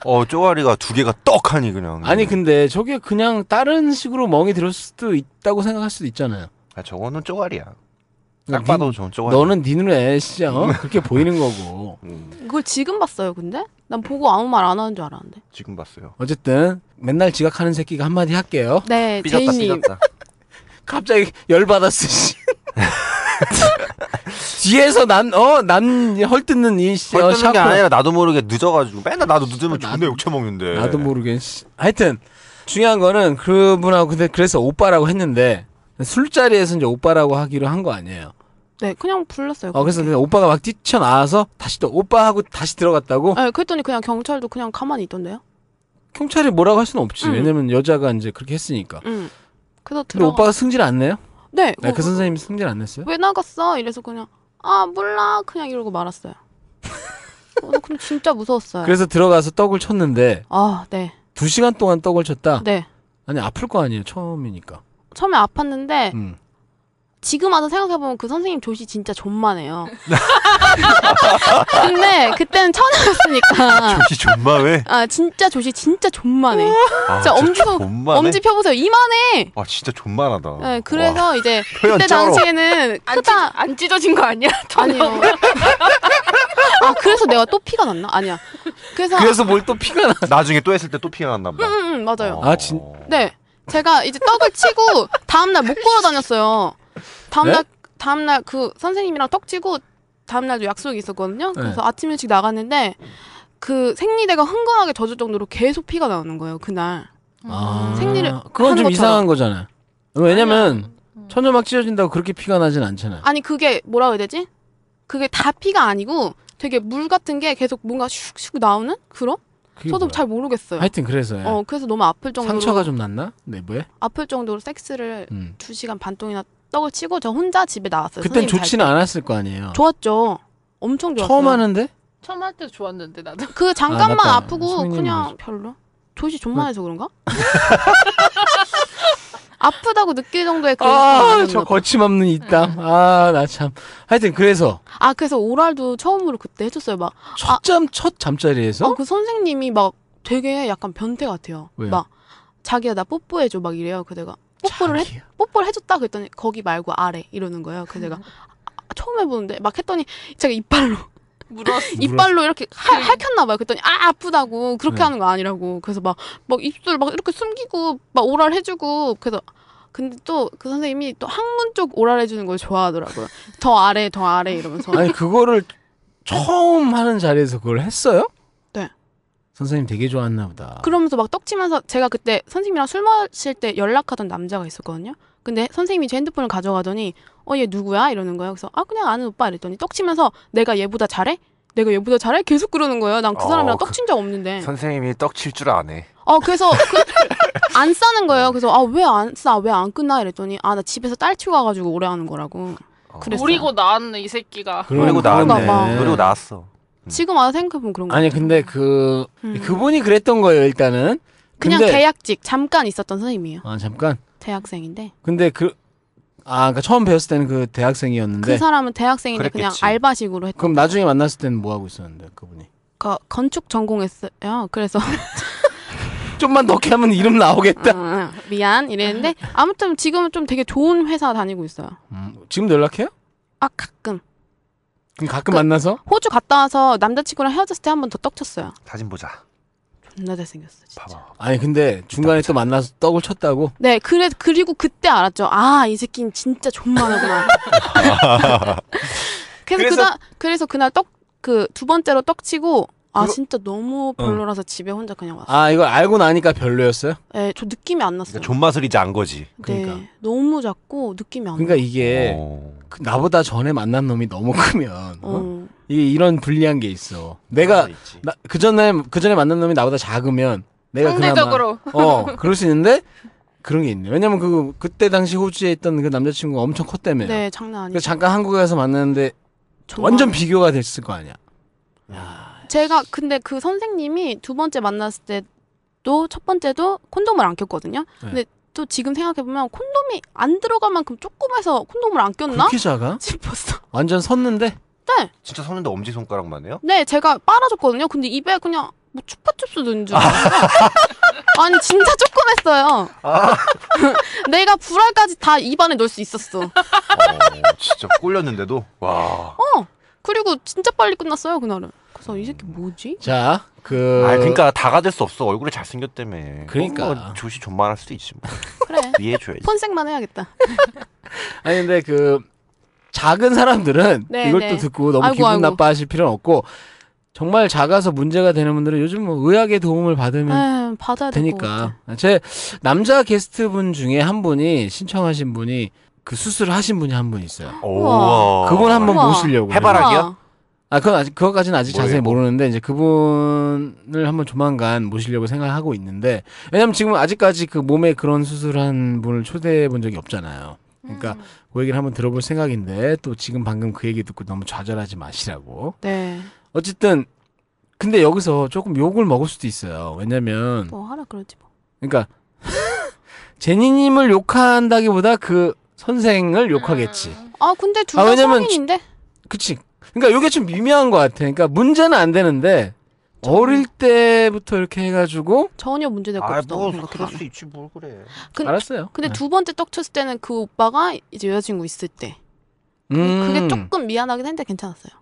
Speaker 7: 어 쪼가리가 두 개가 떡하니 그냥
Speaker 6: 아니 근데 저게 그냥 다른 식으로 멍이 들었을 수도 있다고 생각할 수도 있잖아요.
Speaker 7: 아, 저거는 쪼가리야 딱
Speaker 6: 그러니까
Speaker 7: 봐도 저 쪼가리
Speaker 6: 너는 니 눈에 진짜 어? 그렇게 보이는 거고.
Speaker 7: 음,
Speaker 4: 그걸 지금 봤어요. 근데 난 보고 아무 말 안 하는 줄 알았는데.
Speaker 7: 지금 봤어요
Speaker 6: 어쨌든 맨날 지각하는 새끼가 한마디 할게요.
Speaker 4: 네,
Speaker 7: 삐졌다
Speaker 4: 제이님.
Speaker 7: 삐졌다
Speaker 6: 갑자기 열 받았어. 씨. 뒤에서 난어난 헐뜯는 이 씨, 어,
Speaker 7: 헐뜯는 게
Speaker 6: 샤프.
Speaker 7: 아니라 나도 모르게 늦어가지고 맨날 나도 늦으면 존나 욕처먹는데
Speaker 6: 아, 나도 모르게. 씨. 하여튼 중요한 거는 그분하고 근데 그래서 오빠라고 했는데 술자리에서 이제 오빠라고 하기로 한 거 아니에요.
Speaker 4: 네, 그냥 불렀어요.
Speaker 6: 어 그래서 그냥 오빠가 막 뛰쳐나와서 다시 또 오빠 하고 다시 들어갔다고
Speaker 4: 네, 그랬더니 그냥 경찰도 그냥 가만히 있던데요.
Speaker 6: 경찰이 뭐라고 할 수는 없지
Speaker 4: 음.
Speaker 6: 왜냐면 여자가 이제 그렇게 했으니까
Speaker 4: 응. 그래서
Speaker 6: 근데
Speaker 4: 들어가.
Speaker 6: 오빠가 승질 안 내요?
Speaker 4: 네.
Speaker 6: 네,
Speaker 4: 어,
Speaker 6: 그 선생님 승질 안 냈어요?
Speaker 4: 왜 나갔어? 이래서 그냥 아 몰라 그냥 이러고 말았어요. 어, 근데 진짜 무서웠어요.
Speaker 6: 그래서 들어가서 떡을 쳤는데
Speaker 4: 아, 네,
Speaker 6: 두 시간 동안 떡을 쳤다.
Speaker 4: 네.
Speaker 6: 아니 아플 거 아니에요 처음이니까.
Speaker 4: 처음에 아팠는데
Speaker 6: 음.
Speaker 4: 지금 와서 생각해보면 그 선생님 조시 진짜 존만해요. 근데 그때는 처음이었으니까.
Speaker 7: 조시 존만해.
Speaker 4: 아 진짜 조시 진짜 존만해.
Speaker 7: 아,
Speaker 4: 진짜 엄지도-
Speaker 7: 존만해.
Speaker 4: 엄지 펴보세요. 이만해.
Speaker 7: 아 진짜 존만하다.
Speaker 4: 네, 그래서 이제
Speaker 7: 표현
Speaker 4: 그때
Speaker 7: 쩔어.
Speaker 4: 당시에는
Speaker 8: 안, 찢,
Speaker 4: 크다
Speaker 8: 안 아, 찢어진 거 아니야?
Speaker 4: 아니요. 아 그래서 내가 또 피가 났나? 아니야. 그래서
Speaker 6: 그래서 뭘 또 피가 나?
Speaker 7: 와. 나중에 또 했을 때 또 피가 났나 보다. 어.
Speaker 4: 음, 음, 맞아요.
Speaker 6: 아, 진-
Speaker 4: 네. 제가 이제 떡을 치고 다음날 못 걸어 다녔어요. 다음날
Speaker 6: 네?
Speaker 4: 다음날 그 선생님이랑 떡 치고 다음날도 약속이 있었거든요.
Speaker 6: 네.
Speaker 4: 그래서 아침 일찍 나갔는데 그 생리대가 흥건하게 젖을 정도로 계속 피가 나오는 거예요. 그날.
Speaker 6: 아,
Speaker 4: 생리를
Speaker 6: 그건
Speaker 4: 하는
Speaker 6: 좀
Speaker 4: 것처럼. 음.
Speaker 6: 이상한 거잖아요. 왜냐면 천조막 찢어진다고 그렇게 피가 나진 않잖아요.
Speaker 4: 아니 그게 뭐라고 해야 되지? 그게 다 피가 아니고 되게 물 같은 게 계속 뭔가 슉슉 나오는 그런?
Speaker 6: 그게
Speaker 4: 저도
Speaker 6: 뭐야?
Speaker 4: 잘 모르겠어요.
Speaker 6: 하여튼 그래서 예.
Speaker 4: 어 그래서 너무 아플 정도로
Speaker 6: 상처가 좀 났나? 내부에?
Speaker 4: 아플 정도로 섹스를
Speaker 6: 음.
Speaker 4: 두 시간 반 동이나 떡을 치고 저 혼자 집에 나왔어요.
Speaker 6: 그땐
Speaker 4: 네, 선생님 잘
Speaker 6: 좋지는 않았을 거 아니에요.
Speaker 4: 좋았죠. 엄청 좋았어요.
Speaker 6: 처음 하는데
Speaker 8: 처음 할 때 좋았는데 나도.
Speaker 4: 그 잠깐만
Speaker 6: 맞다. 네.
Speaker 4: 아, 프고
Speaker 6: 선생님이
Speaker 4: 그냥
Speaker 6: 맞아.
Speaker 4: 별로. 조시 존만해서 그런가? 아프다고 느낄 정도의 그런
Speaker 6: 아,
Speaker 4: 상황이
Speaker 6: 저
Speaker 4: 아니었나 봐.
Speaker 6: 거침없는 이땀.
Speaker 4: 음.
Speaker 6: 아, 나 참. 하여튼 그래서
Speaker 4: 아 그래서 오랄도 처음으로 그때 해줬어요. 막 그 아. 어?
Speaker 6: 첫잠 첫 잠자리에서
Speaker 4: 선생님이 막 되게 약간 변태 같아요.
Speaker 6: 왜요?
Speaker 4: 막 자기야 나 뽀뽀해줘 막 이래요. 그 내가 뽀뽀를 해,
Speaker 6: 자기야.
Speaker 4: 뽀뽀를 해줬다 그랬더니 거기 말고 아래 이러는 거예요. 그 내가 아, 처음 해보는데 막 했더니 제가 이빨로
Speaker 8: 물었어.
Speaker 4: 이빨로 이렇게 할, 할켰나 봐요. 그랬더니 아 아프다고 그렇게
Speaker 6: 네.
Speaker 4: 하는 거 아니라고. 그래서 막 막 입술 막 이렇게 숨기고 막 오랄 해주고 그래서 근데 또 그 선생님이 또 항문 쪽 오랄 해주는 걸 좋아하더라고요. 더 아래 더 아래 이러면서
Speaker 6: 아니 그거를 처음 하는 자리에서 그걸 했어요?
Speaker 4: 네.
Speaker 6: 선생님 되게 좋아했나 보다.
Speaker 4: 그러면서 막 떡치면서 제가 그때 선생님이랑 술 마실 때 연락하던 남자가 있었거든요. 근데 선생님이 제 핸드폰을 가져가더니 어 얘 누구야 이러는 거예요. 그래서 아 그냥 아는 오빠 이랬더니 떡치면서 내가 얘보다 잘해? 내가 얘보다 잘해? 계속 그러는 거예요. 난 그
Speaker 2: 어,
Speaker 4: 사람이랑
Speaker 2: 그-
Speaker 4: 떡친 적 없는데.
Speaker 2: 선생님이 떡 칠 줄 아네.
Speaker 4: 어 그래서 그- 안 싸는 거예요. 그래서 아 왜 안 싸? 왜 안 끝나? 이랬더니 아 나 집에서 딸치고 가가지고 오래 하는 거라고. 그랬어요.
Speaker 8: 우리고 나왔네 이 새끼가.
Speaker 6: 그런
Speaker 7: 그리고
Speaker 6: 거네.
Speaker 4: 그런가 봐.
Speaker 7: 나왔네. 그리고 나왔어.
Speaker 4: 지금 와서 생각해보면 그런 거.
Speaker 6: 아니 근데 그
Speaker 4: 음.
Speaker 6: 그분이 그랬던 거예요 일단은.
Speaker 4: 그냥
Speaker 6: 근데-
Speaker 4: 계약직 잠깐 있었던 선생님이에요.
Speaker 6: 아 잠깐.
Speaker 4: 대학생인데
Speaker 6: 근데 그 아, 그러니까 처음 배웠을 때는 그
Speaker 4: 그
Speaker 6: 대학생이었는데
Speaker 4: 사람은 대학생인데 그냥
Speaker 7: 그랬겠지.
Speaker 4: 알바식으로 했.
Speaker 6: 그럼 나중에 만났을 때는 뭐 하고 있었는데 그분이?
Speaker 4: 그 건축 전공했어요. 그래서
Speaker 6: 좀만 넣게 하면 이름 나오겠다.
Speaker 4: 아, 미안 이랬는데 아무튼 지금은 좀 되게 좋은 회사 다니고 있어요.
Speaker 6: 음, 지금 연락해요?
Speaker 4: 아 가끔
Speaker 6: 그럼 가끔
Speaker 4: 그-
Speaker 6: 만나서?
Speaker 4: 호주 갔다 와서 남자친구랑 헤어졌을 때 한 번 더 떡쳤어요.
Speaker 7: 사진 보자.
Speaker 4: 존나 잘생겼어 진짜.
Speaker 7: 봐봐.
Speaker 6: 아니 근데 중간에 또 만나서 떡을 쳤다고?
Speaker 4: 네, 그래 그리고 그때 알았죠. 아, 이 새끼는 진짜 존만하구나. 그래서
Speaker 7: 그래서-
Speaker 4: 그날 그래서 그날 떡 그 두 번째로 떡 치고 아
Speaker 6: 그거- 어.
Speaker 4: 진짜 너무 별로라서 집에 혼자 그냥 왔어요.
Speaker 6: 아 이걸 알고 나니까 별로였어요?
Speaker 4: 네, 저 느낌이 안 났어요.
Speaker 6: 음.
Speaker 7: 그러니까 존맛을 이제 안 거지.
Speaker 4: 네,
Speaker 6: 그러니까.
Speaker 4: 너무 작고 느낌이 안
Speaker 6: 그러니까 이게
Speaker 7: 어.
Speaker 6: 그 나보다 전에 만난 놈이 너무 크면
Speaker 4: 나요.
Speaker 6: 어?
Speaker 4: 어.
Speaker 6: 이게 이런 불리한 게 있어. 내가
Speaker 7: 있지.
Speaker 6: 나, 그 전에 그 전에 만난 놈이 나보다 작으면 내가
Speaker 8: 상대적으로
Speaker 6: 그나마 어 그럴 수 있는데 그런 게 있네. 왜냐면 그 그때 당시 호주에 있던 그 남자친구가 엄청 컸다며. 요
Speaker 4: 네, 장난 아니죠.
Speaker 6: 그래서 잠깐 한국에 가서 만났는데
Speaker 4: 정말.
Speaker 6: 완전 비교가 됐을 거 아니야.
Speaker 4: 제가 근데 그 선생님이 두 번째 만났을 때도 첫 번째도 콘돔을 안
Speaker 6: 네.
Speaker 4: 꼈거든요. 근데 또 지금 생각해 보면 콘돔이 안 들어갈 만큼 조그매서 콘돔을 안 꼈나
Speaker 6: 그렇게 작아?
Speaker 4: 싶었어.
Speaker 6: 완전 섰는데
Speaker 7: 진짜 서는데 엄지 손가락만 해요?
Speaker 4: 네, 제가 빨아줬거든요. 근데 입에 그냥 뭐 추파춥스 넣은 줄 알았어요. 아니 진짜 조금 했어요.
Speaker 6: 아.
Speaker 4: 내가 불알까지 다 입안에 넣을 수 있었어. 어?
Speaker 7: 어, 진짜 꼴렸는데도 와.
Speaker 4: 그리고 진짜 빨리 끝났어요 그날은. 그래서 이 새끼 뭐지?
Speaker 6: 자 그.
Speaker 7: 아 그러니까 다 가질 수 없어. 얼굴이 잘생겼다며.
Speaker 6: 그러니까.
Speaker 7: 뭐 조시 존만할 수도 있지. 뭐.
Speaker 4: 그래.
Speaker 7: 이해해줘야지.
Speaker 4: 폰색만 해야겠다.
Speaker 6: 아니 근데 그 작은 사람들은
Speaker 4: 네,
Speaker 6: 이걸
Speaker 4: 네.
Speaker 6: 또 듣고 너무
Speaker 4: 아이고,
Speaker 6: 기분
Speaker 4: 아이고.
Speaker 6: 나빠하실 필요는 없고 정말 작아서 문제가 되는 분들은 요즘 뭐 의학의 도움을 받으면
Speaker 4: 에 네, 받아야 될 것 같아.
Speaker 6: 되니까 제 남자 게스트분 중에 한 분이 신청하신 분이 그 수술을 하신 분이 한 분 있어요.
Speaker 7: 우와.
Speaker 6: 그분 한번
Speaker 4: 우와.
Speaker 6: 모시려고
Speaker 7: 어. 해봐라.
Speaker 4: 우와.
Speaker 7: 해바라기야?
Speaker 6: 아 그건 아직 그것까지는 아직 자세히
Speaker 1: 모르겠고.
Speaker 6: 모르는데 이제 그분을 한번 조만간 모시려고 생각하고 있는데 왜냐면 지금 아직까지 그 몸에 그런 수술한 분을 초대해 본 적이 없잖아요. 그러니까
Speaker 8: 음.
Speaker 6: 그 얘기를 한번 들어볼 생각인데 또 지금 방금 그 얘기 듣고 너무 좌절하지 마시라고.
Speaker 4: 네.
Speaker 6: 어쨌든 근데 여기서 조금 욕을 먹을 수도 있어요. 왜냐면
Speaker 4: 뭐 하라 그러지 뭐.
Speaker 6: 그러니까 제니님을 욕한다기보다 그 선생을 욕하겠지.
Speaker 4: 아 근데
Speaker 6: 아,
Speaker 4: 둘다
Speaker 6: 왜냐면
Speaker 4: 성인인데.
Speaker 6: 그치. 그러니까 이게 좀 미묘한 것 같아. 그러니까 문제는 안 되는데 어릴 때부터 이렇게 해가지고
Speaker 4: 전혀 문제될 거 없다고
Speaker 7: 아뭐 그럴
Speaker 4: 생각해봐.
Speaker 7: 수 있지 뭘 그래.
Speaker 4: 근-
Speaker 6: 알았어요.
Speaker 4: 근데
Speaker 6: 네.
Speaker 4: 두 번째 떡 쳤을 때는 그 오빠가 이제 여자친구 있을 때
Speaker 6: 음.
Speaker 4: 그게 조금 미안하긴 했는데 괜찮았어요.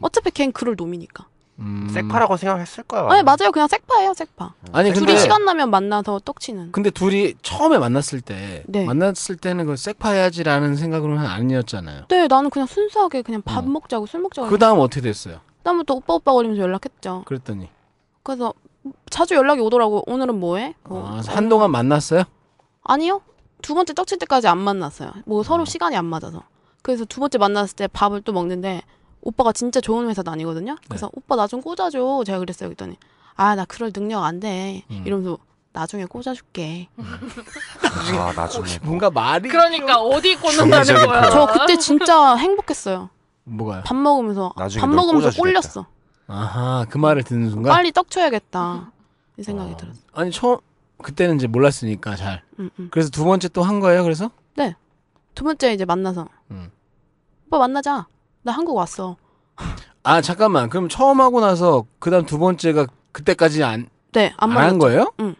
Speaker 4: 어차피 걘 그럴 놈이니까.
Speaker 6: 음.
Speaker 7: 섹파라고 생각했을 거야.
Speaker 4: 아니 맞아요. 그냥 색파예요, 색파.
Speaker 6: 아니
Speaker 7: 섹파.
Speaker 6: 근데
Speaker 4: 둘이 시간 나면 만나서 떡 치는.
Speaker 6: 근데 둘이 처음에 만났을 때
Speaker 4: 네.
Speaker 6: 만났을 때는 그 섹파야지라는 생각으로는 아니었잖아요.
Speaker 4: 네, 나는 그냥 순수하게 그냥 밥
Speaker 6: 어.
Speaker 4: 먹자고 술 먹자고.
Speaker 6: 그 다음 어떻게 됐어요?
Speaker 4: 그다음부터 오빠 오빠 거리면서 연락했죠.
Speaker 6: 그랬더니
Speaker 4: 그래서 자주 연락이 오더라고. 오늘은 뭐해? 뭐.
Speaker 6: 아, 한동안 만났어요?
Speaker 4: 아니요. 두 번째 떡칠 때까지 안 만났어요. 뭐 서로 시간이 안 맞아서. 그래서 두 번째 만났을 때 밥을 또 먹는데 오빠가 진짜 좋은 회사 다니거든요.
Speaker 7: 네.
Speaker 4: 그래서 오빠 나 좀 꽂아줘. 제가 그랬어요. 그랬더니 아 나 그럴 능력 안 돼.
Speaker 6: 음.
Speaker 4: 이러면서 나중에 꽂아줄게.
Speaker 7: 음. 아 나중에
Speaker 6: 뭔가 말이
Speaker 8: 그러니까 어디
Speaker 7: 중의적인
Speaker 8: 꽂는다는 거야.
Speaker 7: 표현.
Speaker 4: 저 그때 진짜 행복했어요.
Speaker 6: 뭐가요?
Speaker 4: 밥 먹으면서
Speaker 7: 나중에
Speaker 4: 밥
Speaker 7: 널
Speaker 4: 먹으면서
Speaker 7: 꽂아주겠다.
Speaker 4: 꼴렸어.
Speaker 6: 아하 그 말을 듣는 순간
Speaker 4: 빨리 떡 쳐야겠다. 이 생각이
Speaker 6: 아,
Speaker 4: 들었어.
Speaker 6: 아니 처음 그때는 이제 몰랐으니까 잘.
Speaker 4: 음, 음.
Speaker 6: 그래서 두 번째 또 한 거예요. 그래서
Speaker 4: 두 번째 이제 만나서
Speaker 6: 음.
Speaker 4: 오빠 만나자. 나 한국 왔어.
Speaker 6: 아 잠깐만 그럼 처음 하고 나서 그다음 두 번째가 그때까지 안
Speaker 4: 네, 안
Speaker 6: 안 한
Speaker 4: 만나.
Speaker 6: 거예요?
Speaker 4: 응.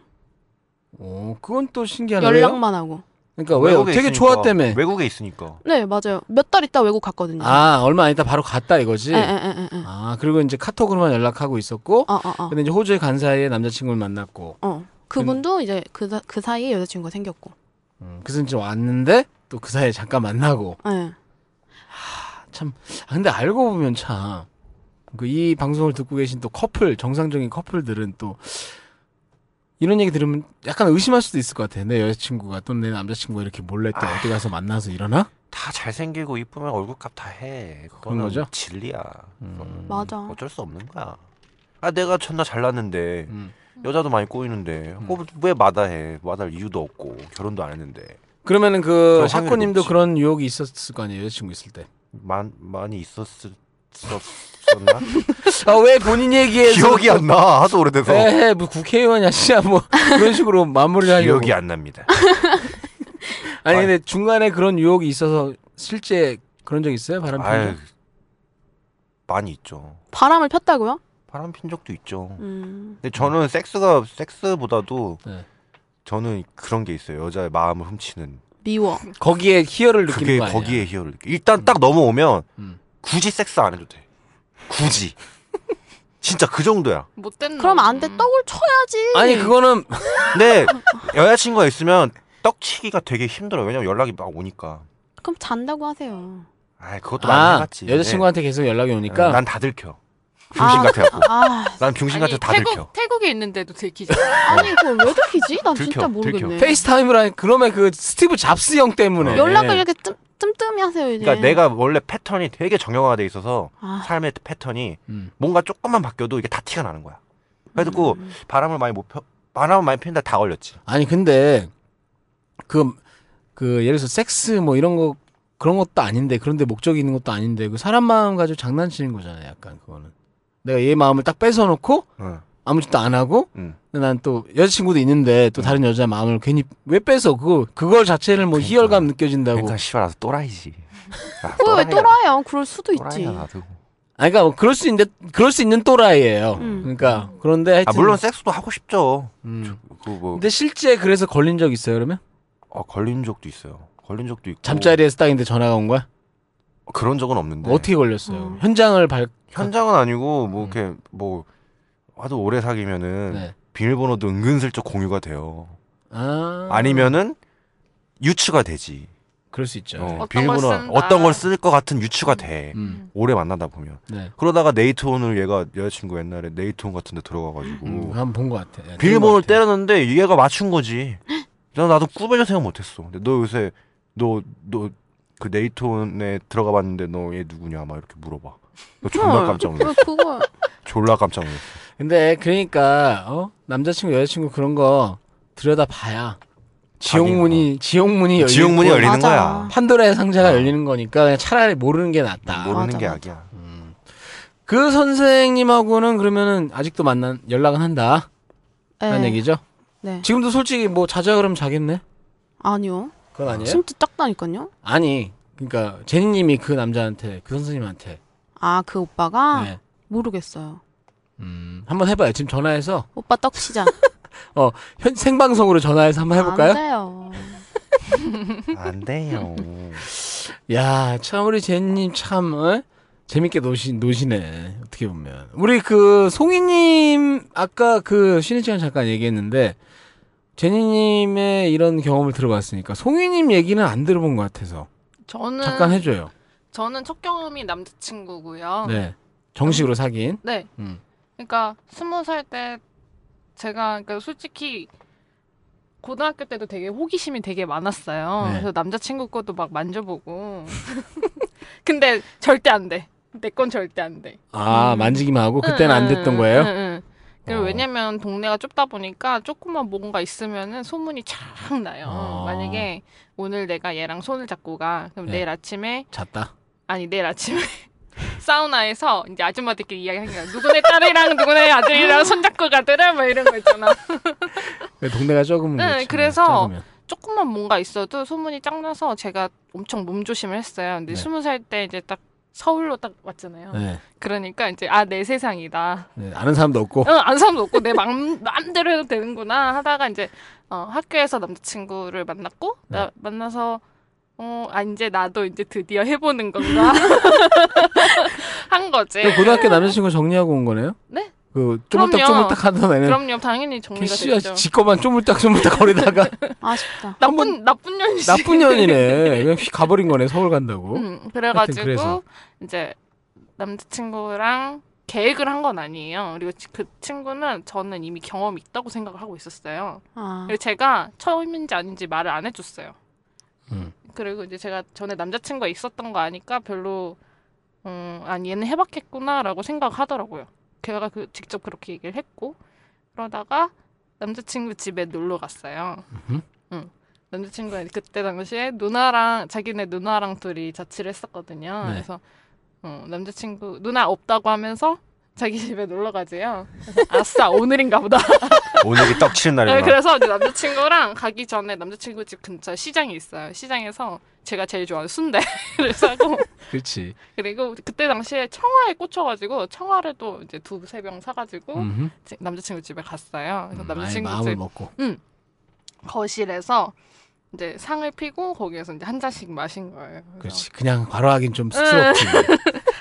Speaker 6: 오 그건 또 신기하네요.
Speaker 4: 연락만 하고.
Speaker 6: 그러니까 왜요?
Speaker 7: 외국에
Speaker 6: 되게
Speaker 7: 있으니까.
Speaker 6: 좋았다며.
Speaker 7: 외국에 있으니까.
Speaker 4: 네, 맞아요. 몇 달 있다 외국 갔거든요.
Speaker 6: 아 얼마 안 있다 바로 갔다 이거지.
Speaker 4: 음. 예, 예, 예, 예, 예.
Speaker 6: 아 그리고 이제 카톡으로만 연락하고 있었고.
Speaker 4: 어, 어, 어.
Speaker 6: 근데 이제 호주에 간 사이에 남자친구를 만났고.
Speaker 4: 어. 그분도 이제 그, 사- 그 사이에 여자친구가 생겼고.
Speaker 6: 음, 그래서 이제 왔는데 또 그 사이에 잠깐 만나고.
Speaker 4: 예.
Speaker 6: 참 아, 근데 알고 보면 참 그 이 방송을 듣고 계신 또 커플 정상적인 커플들은 또 이런 얘기 들으면 약간 의심할 수도 있을 것 같아. 내 여자친구가 또는 내 남자친구가 이렇게 몰래 또
Speaker 7: 아.
Speaker 6: 어디 가서 만나서 이러나?
Speaker 7: 다 잘생기고 이쁘면 월급값 다 해.
Speaker 6: 그런
Speaker 7: 그거는
Speaker 6: 거죠? 음.
Speaker 7: 진리야. 그거는
Speaker 4: 맞아.
Speaker 7: 어쩔 수 없는 거야. 아 내가 존나 잘났는데
Speaker 6: 음.
Speaker 7: 여자도 많이 꼬이는데 그거 왜 마다해? 마다할 이유도 없고 결혼도 안 했는데
Speaker 6: 그러면은 그
Speaker 7: 그런 확률이
Speaker 6: 하코님도
Speaker 7: 높지.
Speaker 6: 그런 유혹이 있었을 거 아니에요 여자친구 있을 때.
Speaker 7: 만 많이 있었을 있었나?
Speaker 6: 아 왜 본인 얘기에
Speaker 7: 기억이 안 나. 하도 오래돼서
Speaker 6: 에헤 뭐 국회의원이야 씨야 뭐 그런 식으로 마무리를 하려고.
Speaker 7: 기억이 안 납니다.
Speaker 6: 아니 근데 중간에 그런 유혹이 있어서 실제 그런 적 있어요 바람
Speaker 7: 아유
Speaker 6: 피는?
Speaker 7: 많이 있죠.
Speaker 4: 바람을 폈다고요?
Speaker 7: 바람 핀 적도 있죠.
Speaker 4: 음.
Speaker 7: 근데 저는 섹스가 섹스보다도
Speaker 6: 네.
Speaker 7: 저는 그런 게 있어요. 여자의 마음을 훔치는
Speaker 4: 미워.
Speaker 6: 거기에 희열을 느끼는
Speaker 7: 그게
Speaker 6: 거 아니야?
Speaker 7: 거기에 희열을 느껴. 일단 딱 넘어오면
Speaker 6: 음.
Speaker 7: 굳이 섹스 안 해도 돼. 굳이. 진짜 그 정도야.
Speaker 8: 못된
Speaker 4: 그럼 안 돼. 떡을 쳐야지.
Speaker 6: 아니 그거는
Speaker 7: 근데 여자친구가 있으면 떡치기가 되게 힘들어. 요 왜냐면 연락이 막 오니까.
Speaker 4: 그럼 잔다고 하세요.
Speaker 7: 아 그것도 많이
Speaker 6: 아,
Speaker 7: 해봤지. 네.
Speaker 6: 여자친구한테 계속 연락이 오니까
Speaker 7: 난 다 들켜. 병신
Speaker 4: 아.
Speaker 7: 같아갖고.
Speaker 4: 아,
Speaker 7: 난 병신 같아 다
Speaker 8: 태국,
Speaker 7: 들켜.
Speaker 8: 태국에 있는데도 들키지.
Speaker 4: 아니 그걸 왜 들키지? 난
Speaker 7: 들켜,
Speaker 4: 진짜 모르겠네.
Speaker 6: 페이스타임을 하니 그러면 그 스티브 잡스 형 때문에
Speaker 7: 어.
Speaker 4: 연락을 이렇게 뜸, 뜸뜸이 하세요 이제.
Speaker 7: 그러니까 내가 원래 패턴이 되게 정형화돼 있어서
Speaker 4: 네. 아,
Speaker 7: 삶의 패턴이
Speaker 6: 음.
Speaker 7: 뭔가 조금만 바뀌어도 이게 다 티가 나는 거야. 그래갖고
Speaker 4: 음.
Speaker 7: 바람을 많이 못 펴, 바람을 많이 피는데 다 걸렸지.
Speaker 6: 아니 근데 그 그 예를 들어서 섹스 뭐 이런 거 그런 것도 아닌데 그런데 목적이 있는 것도 아닌데 그 사람 마음 가지고 장난치는 거잖아요 약간 그거는 내가 얘 마음을 딱 뺏어놓고
Speaker 7: 응.
Speaker 6: 아무 짓도 안 하고
Speaker 7: 응.
Speaker 6: 난 또 여자친구도 있는데 또 다른 여자 마음을 괜히 왜 뺏어 그거 그걸 자체를 뭐
Speaker 7: 그러니까.
Speaker 6: 희열감 느껴진다고
Speaker 7: 그러니까 씨발 나서 또라이지. 아,
Speaker 4: 그걸 왜 또라이야? 그럴 수도 있지.
Speaker 7: 또라이야 나도.
Speaker 6: 아니 그러니까 뭐 그럴 수 있는데 그럴 수 있는 또라이예요
Speaker 4: 음.
Speaker 6: 그러니까 그런데 하여튼
Speaker 7: 아 물론 섹스도 하고 싶죠.
Speaker 6: 음.
Speaker 7: 그뭐
Speaker 6: 근데 실제 그래서 걸린 적 있어요 그러면?
Speaker 7: 아, 걸린 적도 있어요. 걸린 적도 있고.
Speaker 6: 잠자리에서 딱인데 전화가 온 거야?
Speaker 7: 그런 적은 없는데.
Speaker 6: 어떻게 걸렸어요?
Speaker 4: 어.
Speaker 6: 현장을 발
Speaker 7: 현장은 아니고 뭐 이렇게 뭐 하도 오래 사귀면은
Speaker 6: 네.
Speaker 7: 비밀번호도 은근슬쩍 공유가 돼요.
Speaker 8: 음.
Speaker 6: 아
Speaker 7: 아니면은 유추가 되지.
Speaker 6: 그럴 수 있죠.
Speaker 7: 어,
Speaker 8: 어떤 걸
Speaker 7: 비밀번호
Speaker 8: 쓴다.
Speaker 7: 어떤 걸 쓸 것 같은 유추가 돼.
Speaker 6: 음.
Speaker 7: 오래 만나다 보면.
Speaker 6: 네.
Speaker 7: 그러다가 네이트온을 얘가 여자친구 옛날에 네이트온 같은 데 들어가가지고
Speaker 6: 음, 한번 본 것 같아. 예,
Speaker 7: 비밀번호를
Speaker 6: 뜬것 같아.
Speaker 7: 때렸는데 얘가 맞춘 거지. 나 나도 꾸며져 생각 못했어. 근데 너 요새 너 너 그 네이트온에 들어가 봤는데 너 얘 누구냐 막 이렇게 물어봐. 너 존나 깜짝 놀랐어.
Speaker 4: 그거
Speaker 7: 졸라 깜짝 놀랐어.
Speaker 6: 근데 그러니까 어? 남자친구 여자친구 그런 거 들여다 봐야 지옥문이 지옥문이 열리고
Speaker 7: 지옥문이 열리는
Speaker 4: 맞아.
Speaker 7: 거야.
Speaker 6: 판도라의 상자가
Speaker 7: 어.
Speaker 6: 열리는 거니까 그냥 차라리 모르는 게 낫다. 음.
Speaker 7: 모르는
Speaker 4: 맞아,
Speaker 7: 게
Speaker 4: 맞아.
Speaker 7: 악이야.
Speaker 6: 그 선생님하고는 그러면은 아직도 만난 연락은 한다. 라는
Speaker 4: 네.
Speaker 6: 얘기죠.
Speaker 4: 네.
Speaker 6: 지금도 솔직히 뭐 자자 그러면 자겠네.
Speaker 4: 아니요.
Speaker 6: 그건
Speaker 8: 예?
Speaker 6: 아니에요?
Speaker 4: 심지 작다니까요.
Speaker 6: 아니. 그러니까 제니 님이 그 남자한테 그 선생님한테
Speaker 4: 아 그 오빠가
Speaker 6: 네.
Speaker 4: 모르겠어요.
Speaker 6: 음, 한번 해 봐요. 지금 전화해서
Speaker 4: 오빠 떡시장.
Speaker 6: 현 생방송으로 전화해서 한번 해
Speaker 8: 아,
Speaker 4: 안
Speaker 6: 볼까요?
Speaker 4: 돼요.
Speaker 7: 안 돼요.
Speaker 8: 네.
Speaker 6: 야, 참 우리 제니 님참 어? 재밌게 노시, 노시네. 어떻게 보면. 우리 그 송이 님 아까 그 쉬는 시간 잠깐 얘기했는데 제니 님의 이런 경험을 들어봤으니까 송이 님 얘기는 안 들어본 것 같아서
Speaker 8: 저는
Speaker 6: 잠깐 해 줘요.
Speaker 8: 저는 첫 경험이 남자친구고요.
Speaker 6: 네. 정식으로 사귄.
Speaker 8: 네.
Speaker 6: 음.
Speaker 8: 그러니까 스무 살 때 제가 그러니까 솔직히 고등학교 때도 되게 호기심이 되게 많았어요.
Speaker 6: 네.
Speaker 8: 그래서 남자친구 것도 막 만져보고. 근데 절대 안 돼. 내 건 절대 안 돼.
Speaker 6: 아,
Speaker 8: 음.
Speaker 6: 만지기만 하고 그때는
Speaker 8: 응,
Speaker 6: 안 됐던
Speaker 8: 응,
Speaker 6: 거예요?
Speaker 8: 응, 응. 음, 그리고
Speaker 6: 어.
Speaker 8: 왜냐면 동네가 좁다 보니까 조금만 뭔가 있으면은 소문이 쫙 나요.
Speaker 6: 아.
Speaker 8: 만약에 오늘 내가 얘랑 손을 잡고 가. 그럼
Speaker 6: 네.
Speaker 8: 내일 아침에
Speaker 6: 잤다.
Speaker 8: 아니 내일 아침에 사우나에서 이제 아줌마들끼리 이야기하는 거야. 누구네 딸이랑 누구네 아들이랑 손잡고 가더라 막 이런 거 있잖아.
Speaker 6: 동네가 조금
Speaker 8: 네,
Speaker 6: 그렇지.
Speaker 8: 그래서
Speaker 6: 작으면.
Speaker 8: 조금만 뭔가 있어도 소문이 짝 나서 제가 엄청 몸조심을 했어요. 근데
Speaker 6: 네.
Speaker 8: 스무 살 때 이제 딱 서울로 딱 왔잖아요.
Speaker 6: 네,
Speaker 8: 그러니까 이제 아 내 세상이다.
Speaker 6: 네, 아는 사람도 없고
Speaker 8: 응, 안 사람도 없고 내 마음 마음대로 해도 되는구나 하다가 이제 어, 학교에서 남자친구를 만났고 나-
Speaker 6: 네.
Speaker 8: 만나서 어, 아 이제 나도 이제 드디어 해보는 건가 한 거지.
Speaker 6: 그 고등학교 남자친구 정리하고 온 거네요?
Speaker 8: 네.
Speaker 6: 그 쪼물딱
Speaker 8: 그럼요.
Speaker 6: 쪼물딱 하던 애는
Speaker 8: 그럼요, 당연히 정리가
Speaker 6: 개씨야
Speaker 8: 되죠.
Speaker 6: 지 거만 쪼물딱 쪼물딱 거리다가
Speaker 4: 아쉽다.
Speaker 8: 나쁜
Speaker 6: 한번-
Speaker 8: 나쁜 년이지.
Speaker 6: 나쁜 년이네. 그냥 휙 가버린 거네. 서울 간다고.
Speaker 8: 음,
Speaker 6: 하여튼 그래서.
Speaker 8: 그래가지고 이제 남자친구랑 계획을 한 건 아니에요. 그리고 지- 그 친구는 저는 이미 경험이 있다고 생각을 하고 있었어요.
Speaker 4: 아.
Speaker 8: 그리고 제가 처음인지 아닌지 말을 안 해줬어요.
Speaker 6: 음.
Speaker 8: 그리고 이제 제가 전에 남자친구가 있었던 거 아니까 별로 음, 아 얘는 해봤겠구나라고 생각하더라고요. 걔가 그 직접 그렇게 얘기를 했고 그러다가 남자친구 집에 놀러 갔어요.
Speaker 6: 음흠.
Speaker 8: 응. 남자친구가 그때 당시에 누나랑 자기네 누나랑 둘이 자취를 했었거든요.
Speaker 6: 네.
Speaker 8: 그래서 어, 남자친구 누나 없다고 하면서 자기 집에 놀러 가지요. 그래서 아싸 오늘인가 보다.
Speaker 7: 오늘이 떡 치는
Speaker 8: 네,
Speaker 6: 아,
Speaker 7: 날이구나.
Speaker 8: 그래서 이제 남자친구랑 가기 전에 남자친구 집 근처 시장이 있어요. 시장에서 제가 제일 좋아하는 순대를 사고
Speaker 6: 그렇지.
Speaker 8: 그리고 그때 당시에 청아에 꽂혀가지고 청아를 또 이제 두 세 병 사가지고
Speaker 6: 음.
Speaker 8: 제- 남자친구 집에 갔어요. 그래서
Speaker 6: 아예
Speaker 8: 남자친구
Speaker 6: 마음을
Speaker 8: 집
Speaker 6: 먹고.
Speaker 8: 거실에서 이제 상을 피고 거기에서 이제 한 잔씩 마신 거예요. 그래서 음.
Speaker 6: 그렇지. 그냥 바로 하긴 좀 스트럽지.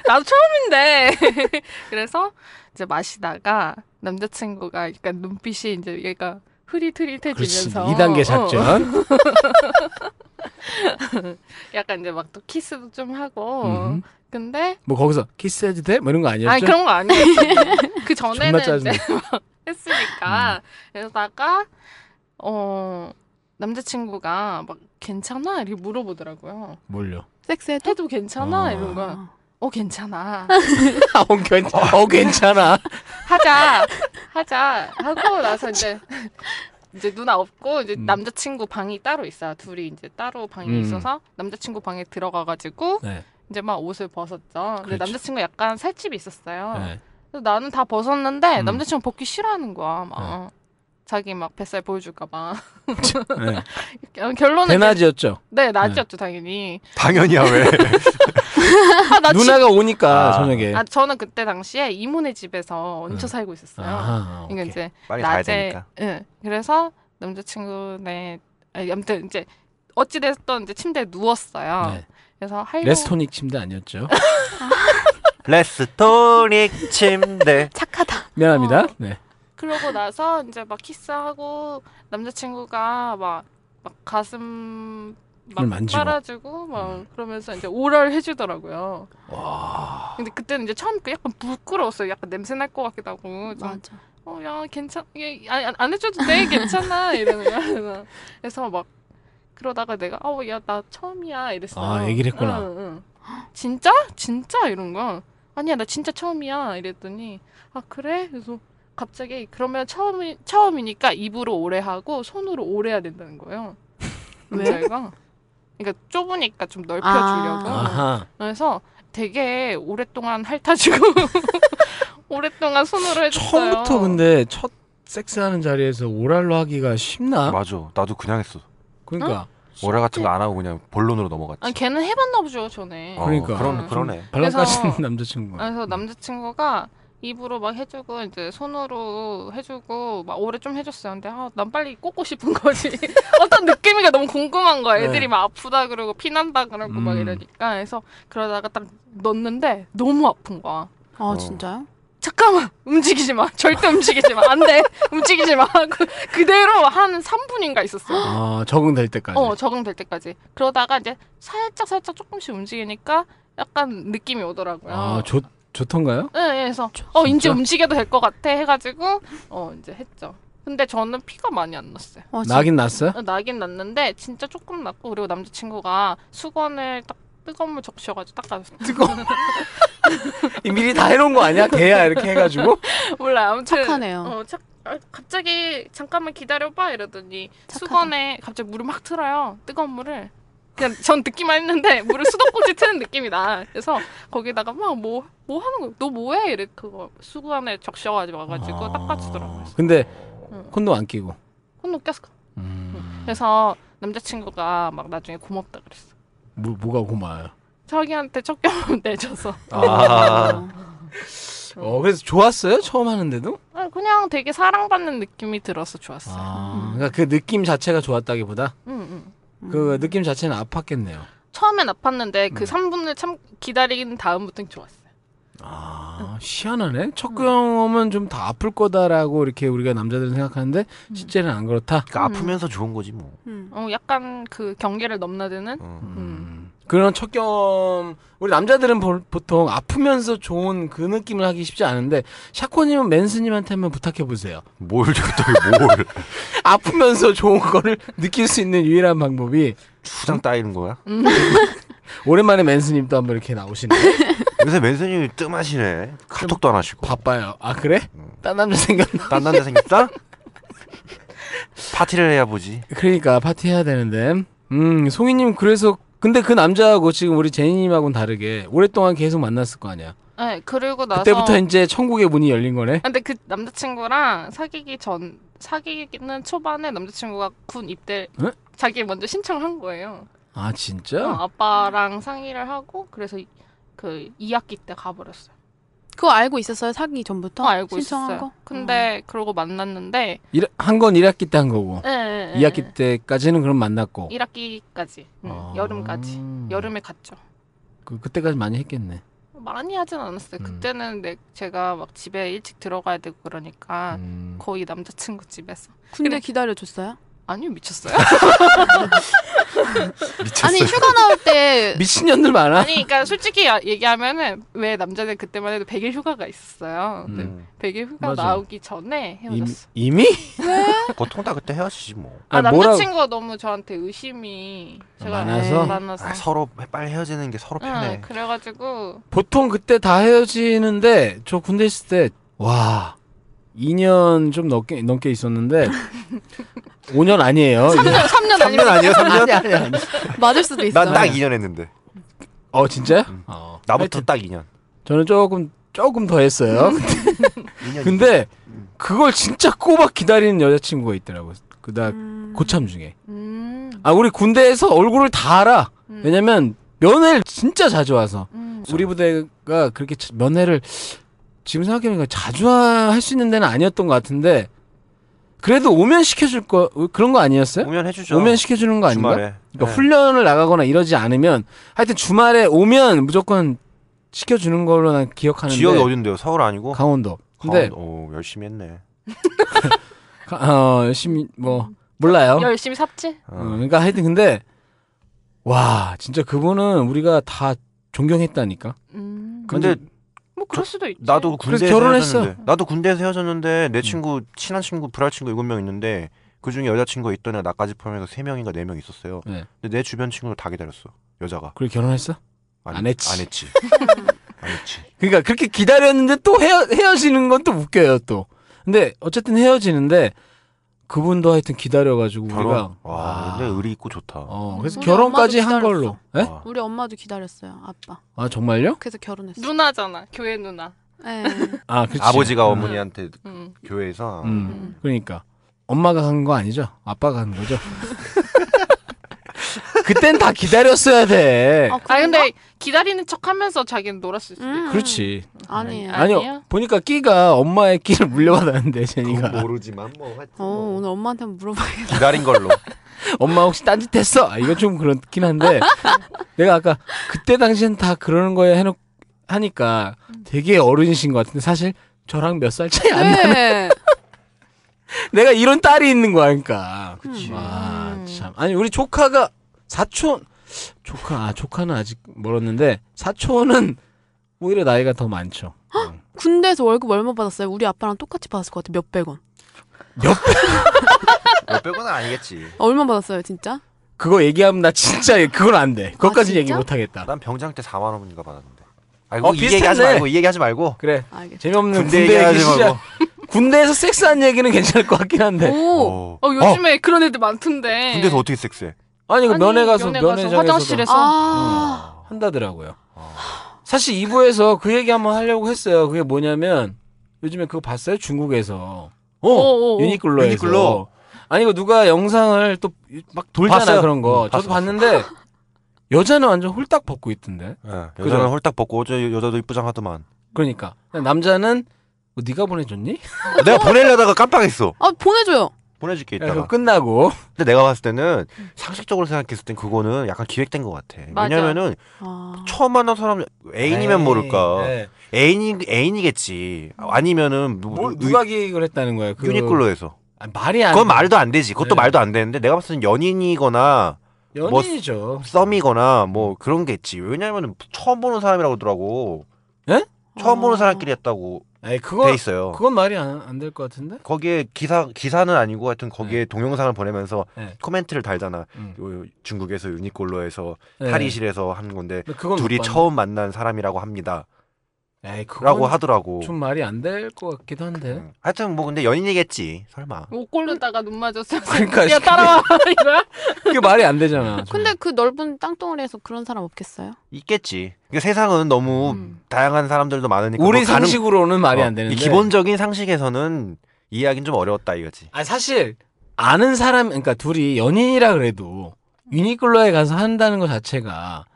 Speaker 8: 나도 처음인데. 그래서 이제 마시다가 남자친구가 약간 눈빛이 이제 얘가
Speaker 6: 그렇지.
Speaker 8: 흐릿흐릿해지면서
Speaker 6: 2단계
Speaker 8: 어,
Speaker 6: 작전.
Speaker 8: 약간 이제 막 또 키스도 좀 하고.
Speaker 6: 음.
Speaker 8: 근데
Speaker 6: 뭐 거기서 키스해도 돼? 뭐 이런 거 아니었죠?
Speaker 8: 아니 그런 거 아니에요. 그
Speaker 6: 존나
Speaker 8: 전에는
Speaker 6: 짜증나. 음.
Speaker 8: 이제 했으니까 그러다가 어 남자친구가 막 괜찮아? 이렇게 물어보더라고요.
Speaker 6: 뭘요?
Speaker 4: 섹스해도
Speaker 8: 해도 괜찮아?
Speaker 6: 어.
Speaker 8: 이런 거야. 어 괜찮아.
Speaker 6: 어, 괜찮아. 어, 괜찮아.
Speaker 8: 하자 하자 하고 나서 이제 이제 누나 없고 이제
Speaker 6: 음.
Speaker 8: 남자친구 방이 따로 있어요. 둘이 이제 따로 방이
Speaker 6: 음.
Speaker 8: 있어서 남자친구 방에 들어가가지고
Speaker 6: 네.
Speaker 8: 이제 막 옷을 벗었죠. 근데
Speaker 6: 그렇죠.
Speaker 8: 남자친구 약간 살집이 있었어요.
Speaker 6: 네.
Speaker 8: 그래서 나는 다 벗었는데
Speaker 6: 음.
Speaker 8: 남자친구 벗기 싫어하는 거야. 막 자기 막 뱃살 보여줄까봐.
Speaker 6: 네.
Speaker 8: 결론은
Speaker 6: 대낮이었죠.
Speaker 8: 네 낮이었죠 당연히.
Speaker 7: 당연히야 왜?
Speaker 8: 아, 나 지-
Speaker 6: 누나가 오니까
Speaker 7: 아.
Speaker 6: 저녁에.
Speaker 8: 아 저는 그때 당시에 이모네 집에서 얹혀 살고 있었어요.
Speaker 6: 아하,
Speaker 8: 그러니까
Speaker 6: 오케이.
Speaker 8: 이제
Speaker 7: 빨리 가야
Speaker 8: 낮에
Speaker 7: 되니까.
Speaker 8: 응 그래서 남자친구네 아니, 아무튼 이제 어찌 됐든 이제 침대에 누웠어요.
Speaker 6: 네.
Speaker 8: 그래서 하려고
Speaker 6: 레스토닉 침대 아니었죠?
Speaker 7: 레스토닉 침대.
Speaker 4: 착하다.
Speaker 6: 미안합니다.
Speaker 8: 어.
Speaker 6: 네.
Speaker 8: 그러고 나서 이제 막 키스하고 남자친구가 막, 막 가슴 막
Speaker 6: 을 만지고.
Speaker 8: 빨아주고
Speaker 7: 음.
Speaker 8: 막 그러면서 이제 오랄 해주더라고요. 근데 그때는 이제 처음 약간 부끄러웠어요. 약간 냄새 날 것 같기도 하고. 좀
Speaker 4: 맞아.
Speaker 8: 어, 야, 괜찮, 예, 안, 안- 안 해줘도 돼, 괜찮아. 이러는 거야. 그래서, 그래서 막, 그러다가 내가, 어, 야, 나 처음이야. 이랬어.
Speaker 6: 아, 얘기를 했구나.
Speaker 8: 응, 응. 진짜? 진짜? 이런 거야. 아니야 나 진짜 처음이야 이랬더니 아 그래? 그래서 갑자기 그러면 처음이 처음이니까 입으로 오래 하고 손으로 오래 해야 된다는 거예요.
Speaker 4: 왜?
Speaker 8: 남자애가 그러니까 좁으니까 좀
Speaker 6: 어.
Speaker 8: 넓혀주려고.
Speaker 4: 아.
Speaker 6: 아하.
Speaker 8: 그래서 되게 오랫동안 핥아주고 오랫동안 손으로 해줬어요.
Speaker 6: 처음부터 근데 첫 섹스하는 자리에서 오랄로 하기가 쉽나?
Speaker 7: 맞아. 나도 그냥 했어.
Speaker 6: 그러니까
Speaker 7: 오라 같은 거 안 하고 그냥 본론으로 넘어갔지.
Speaker 8: 아니 걔는 해봤나 보죠 전에.
Speaker 7: 어,
Speaker 6: 그러니까.
Speaker 7: 그런 그러네.
Speaker 6: 발랑
Speaker 8: 그래서- 아.
Speaker 6: 까지는 남자친구가.
Speaker 8: 그래서 남자친구가 입으로 막 해주고 이제 손으로 해주고 막 오래 좀 해줬어요. 근데 아, 난 빨리 꽂고 싶은 거지. 어떤 느낌인가 너무 궁금한 거야. 애들이
Speaker 6: 네.
Speaker 8: 막 아프다 그러고 피난다 그러고 막
Speaker 6: 음.
Speaker 8: 이러니까 그래서 그러다가 딱 넣었는데 너무 아픈 거야.
Speaker 7: 어.
Speaker 4: 아 진짜요?
Speaker 8: 잠깐만 움직이지 마 절대 움직이지 마안 돼 움직이지 마 하고 그대로 한 3분인가 있었어요
Speaker 6: 아 적응될 때까지.
Speaker 8: 어 적응될 때까지 그러다가 이제 살짝 살짝 조금씩 움직이니까 약간 느낌이 오더라고요
Speaker 6: 아 좋, 좋던가요?
Speaker 8: 예, 예, 그래서 어 이제
Speaker 6: 진짜?
Speaker 8: 움직여도 될 것 같아 해가지고 어 이제 했죠 근데 저는 피가 많이 안 났어요
Speaker 4: 아, 진-
Speaker 6: 나긴 났어요?
Speaker 8: 어, 나긴 났는데 진짜 조금 났고 그리고 남자친구가 수건을 딱 뜨거운 물 적셔가지고 닦아줬어요
Speaker 6: 뜨거워. 미리 다 해놓은 거 아니야? 개야 이렇게 해가지고.
Speaker 8: 몰라 아무튼
Speaker 4: 착하네요.
Speaker 8: 어, 착, 아, 갑자기 잠깐만 기다려봐 이러더니
Speaker 4: 착하다.
Speaker 8: 수건에 갑자기 물을 막 틀어요. 뜨거운 물을. 그냥 전 듣기만 했는데 물을 수도꼭지 트는 느낌이 나. 그래서 거기다가 막 뭐 뭐 하는 거야. 너 뭐해? 이래 그거 수건에 적셔가지고 와가지고 닦아주더라고요.
Speaker 6: 아. 근데
Speaker 8: 응.
Speaker 6: 콘돔 안 끼고. 음.
Speaker 8: 혼웃겼어 그래서 남자친구가 막 나중에 고맙다 그랬어.
Speaker 6: 뭐, 뭐가 고마워요?
Speaker 8: 자기한테 첫 경험 내줘서.
Speaker 7: 아.
Speaker 6: 어 그래서 좋았어요 처음 하는데도.
Speaker 8: 아, 그냥 되게 사랑받는 느낌이 들어서 좋았어요.
Speaker 6: 아 그러니까 그 느낌 자체가 좋았다기보다
Speaker 8: 응, 응. 음.
Speaker 6: 그 느낌 자체는 아팠겠네요.
Speaker 8: 처음엔 아팠는데
Speaker 6: 네.
Speaker 8: 그 3분을 참 기다리는 다음부터는 좋았어요.
Speaker 6: 아 희한하네. 첫 경험은 좀 다 아플 거다라고 이렇게 우리가 남자들은 생각하는데 실제는 안 그렇다.
Speaker 7: 그러니까 아프면서 좋은 거지 뭐.
Speaker 4: 음.
Speaker 8: 어, 약간 그 경계를 넘나드는
Speaker 7: 어.
Speaker 6: 음. 그런 첫 경험 우리 남자들은 보, 보통 아프면서 좋은 그 느낌을 하기 쉽지 않은데 샤코님은 맨스님한테 한번 부탁해 보세요.
Speaker 7: 뭘 갑자기 뭘
Speaker 6: 아프면서 좋은 거를 느낄 수 있는 유일한 방법이
Speaker 7: 주장 따이는 거야?
Speaker 6: 음.
Speaker 8: 음.
Speaker 6: 오랜만에 맨스님도 한번 이렇게 나오시네.
Speaker 7: 요새 맨손님이 뜸하시네. 카톡도 안 하시고.
Speaker 6: 바빠요. 아 그래? 딴 남자 생겼나?
Speaker 7: 딴 남자 생겼다? 파티를 해야 보지.
Speaker 6: 그러니까 파티 해야 되는데. 음 송이님 그래서 근데 그 남자하고 지금 우리 제니님하고는 다르게 오랫동안 계속 만났을 거 아니야.
Speaker 8: 네, 그리고 나서
Speaker 6: 그때부터 이제 천국의 문이 열린 거네.
Speaker 8: 근데 그 남자친구랑 사귀기 전 사귀는 초반에 남자친구가 군 입대
Speaker 6: 네?
Speaker 8: 자기 먼저 신청을 한 거예요.
Speaker 6: 아
Speaker 8: 어,
Speaker 6: 진짜?
Speaker 8: 아빠랑 상의를 하고 그래서 이- 그 2학기 때 가버렸어요.
Speaker 4: 그거 알고 있었어요? 사기 전부터?
Speaker 8: 더 알고
Speaker 4: 신청한
Speaker 8: 있었어요.
Speaker 4: 거? 음.
Speaker 8: 근데 그러고 만났는데
Speaker 6: 한 건 1학기 때 한 거고
Speaker 8: 예, 예, 예,
Speaker 6: 2학기 때까지는 그럼 만났고
Speaker 8: 1학기까지 응,
Speaker 6: 아.
Speaker 8: 음, 여름까지 여름에 갔죠.
Speaker 6: 그 그때까지 많이 했겠네.
Speaker 8: 많이 하진 않았어요.
Speaker 6: 음.
Speaker 8: 그때는 내, 제가 막 집에 일찍 들어가야 되고 그러니까
Speaker 6: 음.
Speaker 8: 거의 남자친구 집에서
Speaker 4: 군대
Speaker 8: 그래.
Speaker 4: 기다려줬어요?
Speaker 8: 아니요 미쳤어요.
Speaker 4: 아니 휴가 나올
Speaker 8: 그
Speaker 4: 때
Speaker 6: 미친년들 많아.
Speaker 8: 아니 그러니까 솔직히 아- 얘기하면은 왜 남자들 그때만 해도 100일 휴가가 있었어요. 근데
Speaker 6: 음.
Speaker 8: 100일 휴가
Speaker 6: 맞아.
Speaker 8: 나오기 전에
Speaker 6: 이미?
Speaker 8: 헤어졌어.
Speaker 6: 이미?
Speaker 7: 보통 다 그때 헤어지지 뭐.
Speaker 8: 아,
Speaker 6: 아니, 뭐라-
Speaker 8: 남자친구가 너무 저한테 의심이 제가 네,
Speaker 6: 많아서?
Speaker 8: 많아서
Speaker 7: 아, 서로 빨리 헤어지는 게 서로
Speaker 8: 응,
Speaker 7: 편해.
Speaker 8: 그래가지고
Speaker 6: 보통 그때 다 헤어지는데 저 군대 있을 때 와 2년 좀 넘게 넘게 있었는데 5년 아니에요.
Speaker 8: 3년 3년 아니면
Speaker 7: 3년 아니에요? 3년?
Speaker 4: 맞을 수도 있어.
Speaker 7: 난 딱 2년 했는데.
Speaker 6: 어 진짜요?
Speaker 7: 음.
Speaker 6: 어.
Speaker 7: 나부터
Speaker 6: 하여튼
Speaker 7: 딱 2년.
Speaker 6: 저는 조금 조금 더 했어요.
Speaker 7: 2년.
Speaker 6: 근데 그걸 진짜 꼬박 기다리는 여자친구가 있더라고. 그다
Speaker 4: 음.
Speaker 6: 고참 중에.
Speaker 8: 음,
Speaker 6: 아 우리 군대에서 얼굴을 다 알아.
Speaker 8: 음,
Speaker 6: 왜냐면 면회를 진짜 자주 와서
Speaker 8: 음.
Speaker 6: 우리 부대가 그렇게 자- 면회를 지금 생각해보니까 자주 할 수 있는 데는 아니었던 것 같은데 그래도 오면 시켜줄 거 그런 거 아니었어요?
Speaker 7: 오면 해주죠.
Speaker 6: 오면 시켜주는 거 아닌가?
Speaker 7: 주말에. 네.
Speaker 6: 그러니까 훈련을 나가거나 이러지 않으면 하여튼 주말에 오면 무조건 시켜주는 걸로 난 기억하는데
Speaker 7: 지역이 어딘데요? 서울 아니고?
Speaker 6: 강원도. 근데
Speaker 7: 강원- 오, 열심히 했네.
Speaker 6: 가- 어, 열심히 뭐
Speaker 4: 음.
Speaker 6: 몰라요.
Speaker 8: 열심히 삽지?
Speaker 7: 어.
Speaker 6: 어, 그러니까 하여튼 근데 와 진짜 그분은 우리가 다 존경했다니까.
Speaker 8: 음,
Speaker 7: 근데
Speaker 8: 뭐 그럴 수도 있지.
Speaker 7: 나도 군대에서
Speaker 6: 결혼했어.
Speaker 7: 헤어졌는데 나도 군대에서 헤어졌는데
Speaker 6: 음.
Speaker 7: 내 친구 친한 친구 불알 친구 일곱 명 있는데 그 중에 여자 친구가 있던 애 나까지 포함해서 세 명인가 네 명 있었어요.
Speaker 6: 네.
Speaker 7: 근데 내 주변 친구를 다 기다렸어 여자가
Speaker 6: 그래 결혼했어? 안 했지.
Speaker 7: 안 했지. 알겠지.
Speaker 6: 그러니까 그렇게 기다렸는데 또 헤어, 헤어지는 건 또 웃겨요 또. 근데 어쨌든 헤어지는데 그분도 하여튼 기다려가지고 우리가
Speaker 7: 결혼. 와, 근데 의리 있고 좋다.
Speaker 6: 어 그래서
Speaker 4: 우리
Speaker 6: 결혼까지
Speaker 4: 엄마도
Speaker 6: 한 걸로. 예?
Speaker 7: 와.
Speaker 4: 우리 엄마도 기다렸어요. 아빠.
Speaker 6: 아 정말요?
Speaker 4: 그래서 결혼했어.
Speaker 8: 누나잖아. 교회 누나.
Speaker 4: 예.
Speaker 7: 네.
Speaker 6: 아 그렇지.
Speaker 7: 아버지가
Speaker 6: 음.
Speaker 7: 어머니한테
Speaker 8: 음.
Speaker 7: 교회에서
Speaker 6: 음.
Speaker 8: 음.
Speaker 6: 그러니까 엄마가 간 거 아니죠? 아빠가 간 거죠. 그땐 다 기다렸어야 돼.
Speaker 4: 아,
Speaker 8: 아
Speaker 4: 그런가?
Speaker 8: 근데 기다리는 척하면서 자기는 놀았을 수도 있고.
Speaker 4: 음.
Speaker 6: 그렇지.
Speaker 4: 아니에요.
Speaker 8: 아니,
Speaker 6: 아니요.
Speaker 8: 아니에요?
Speaker 6: 보니까 끼가 엄마의 끼를 물려받았는데 제니가
Speaker 7: 그건 모르지만 뭐 하여튼
Speaker 4: 어,
Speaker 7: 뭐
Speaker 4: 오늘 엄마한테 한번 물어봐야겠다.
Speaker 7: 기다린 걸로. 뭐
Speaker 6: 엄마 혹시 딴짓했어? 아, 이건 좀 그렇긴 한데 내가 아까 그때 당시엔 다 그러는 거에 해놓 하니까 되게 어른이신 것 같은데 사실 저랑 몇 살 차이 안 나.
Speaker 4: 네.
Speaker 6: 내가 이런 딸이 있는 거야, 그러니까.
Speaker 7: 그치.
Speaker 6: 와,
Speaker 8: 음.
Speaker 6: 참. 아니, 우리 조카가 사촌, 조카, 아, 조카는 아직 멀었는데, 사촌은 오히려 나이가 더 많죠.
Speaker 4: 군대에서 월급 얼마 받았어요? 우리 아빠랑 똑같이 받았을 것 같아. 몇백 원.
Speaker 7: 몇 백원은 아니겠지.
Speaker 4: 얼마 받았어요, 진짜?
Speaker 6: 그거 얘기하면 나 진짜 그건 안 돼. 그것까지
Speaker 4: 아, 진짜?
Speaker 6: 얘기 못 하겠다.
Speaker 7: 난 병장 때 4만 원인가 받았는데. 아이고
Speaker 6: 어,
Speaker 7: 이
Speaker 6: 비슷했네.
Speaker 7: 얘기하지 말고 이 얘기하지 말고.
Speaker 6: 그래.
Speaker 4: 알겠어.
Speaker 6: 재미없는
Speaker 7: 군대
Speaker 6: 군대, 얘기
Speaker 7: 얘기하지
Speaker 6: 시작.
Speaker 7: 말고.
Speaker 6: 군대에서 섹스한 얘기는 괜찮을 것 같긴 한데.
Speaker 4: 오.
Speaker 7: 오.
Speaker 8: 어 요즘에 그런 애들
Speaker 6: 네.
Speaker 8: 많던데.
Speaker 7: 군대에서 어떻게 섹스해?
Speaker 6: 아니, 그
Speaker 8: 아니,
Speaker 6: 면회 가서,
Speaker 8: 면회
Speaker 6: 면회
Speaker 8: 가서
Speaker 6: 장에서
Speaker 8: 화장실에서
Speaker 4: 아.
Speaker 6: 한다더라고요. 어. 사실 2부에서 그 얘기 한번 하려고 했어요. 그게 뭐냐면 요즘에 그거 봤어요? 중국에서. 어,
Speaker 8: 오, 오.
Speaker 6: 유니클로에서.
Speaker 7: 유니클로.
Speaker 6: 아니 이거 누가 영상을 또 막 돌잖아
Speaker 7: 봤어요.
Speaker 6: 그런 거.
Speaker 7: 응,
Speaker 6: 저도
Speaker 7: 봤어,
Speaker 6: 봤는데 여자는 완전 홀딱 벗고 있던데.
Speaker 7: 예, 여자는
Speaker 6: 그죠?
Speaker 7: 홀딱 벗고 어제 여자도 이쁘장하더만.
Speaker 6: 그러니까 남자는 뭐 네가 보내줬니?
Speaker 7: 아, 내가 보내려다가 깜빡했어.
Speaker 4: 아, 보내줘요.
Speaker 7: 보내줄게
Speaker 6: 그래서
Speaker 7: 이따가.
Speaker 6: 끝나고
Speaker 7: 근데 내가 봤을 때는 상식적으로 생각했을 땐 그거는 약간 기획된 것 같아.
Speaker 8: 맞아.
Speaker 7: 왜냐면은
Speaker 4: 아.
Speaker 7: 처음 만난 사람 애인이면
Speaker 6: 에이,
Speaker 7: 모를까.
Speaker 6: 예.
Speaker 7: 애인이 애인이겠지. 아니면은 누,
Speaker 6: 뭘
Speaker 7: 누-
Speaker 6: 누가 기획을 했다는 거야? 그...
Speaker 7: 유니클로에서.
Speaker 6: 아니, 말이 안.
Speaker 7: 그건 말도 안 되지.
Speaker 6: 네.
Speaker 7: 그것도 말도 안 되는데 내가 봤을 땐 연인이거나 뭐-
Speaker 6: 연인이죠.
Speaker 7: 썸이거나 뭐 그런 게 있지. 왜냐면은 처음 보는 사람이라고 하더라고. 처음 보는
Speaker 4: 아.
Speaker 7: 사람끼리 했다고
Speaker 6: 아니
Speaker 7: 돼
Speaker 6: 예? 그건
Speaker 7: 있어요.
Speaker 6: 그건 말이 안 될 것 같은데.
Speaker 7: 거기에 기사 기사는 아니고 하여튼 거기에 동영상을 보내면서
Speaker 6: 네.
Speaker 7: 코멘트를 달잖아.
Speaker 6: 음.
Speaker 7: 요- 중국에서 유니콜로에서
Speaker 6: 예.
Speaker 7: 탈의실에서 한 건데
Speaker 6: 근데 그건
Speaker 7: 둘이
Speaker 6: 못 봤네.
Speaker 7: 처음 만난 사람이라고 합니다.
Speaker 6: 에이, 그건
Speaker 7: 라고 하더라고.
Speaker 6: 좀 말이 안 될 것 같기도 한데.
Speaker 7: 음. 하여튼 뭐 근데 연인이겠지. 설마.
Speaker 8: 옷 고르다가 눈 맞았어.
Speaker 6: 그러니까
Speaker 8: 야 따라와 이거야?
Speaker 6: 그게 말이 안 되잖아. 좀.
Speaker 4: 근데
Speaker 7: 그러니까
Speaker 4: 그 넓은 땅덩어리에서 그런 사람 없겠어요?
Speaker 7: 있겠지. 그러니까 세상은 너무
Speaker 8: 음.
Speaker 7: 다양한 사람들도 많으니까
Speaker 6: 우리
Speaker 7: 뭐 가능-
Speaker 6: 상식으로는 말이
Speaker 7: 어,
Speaker 6: 안 되는데.
Speaker 7: 이 기본적인 상식에서는 이해하기는 좀 어려웠다 이거지.
Speaker 6: 아니 사실 아는 사람 그러니까 둘이 연인이라 그래도 유니클로에 가서 한다는 것 자체가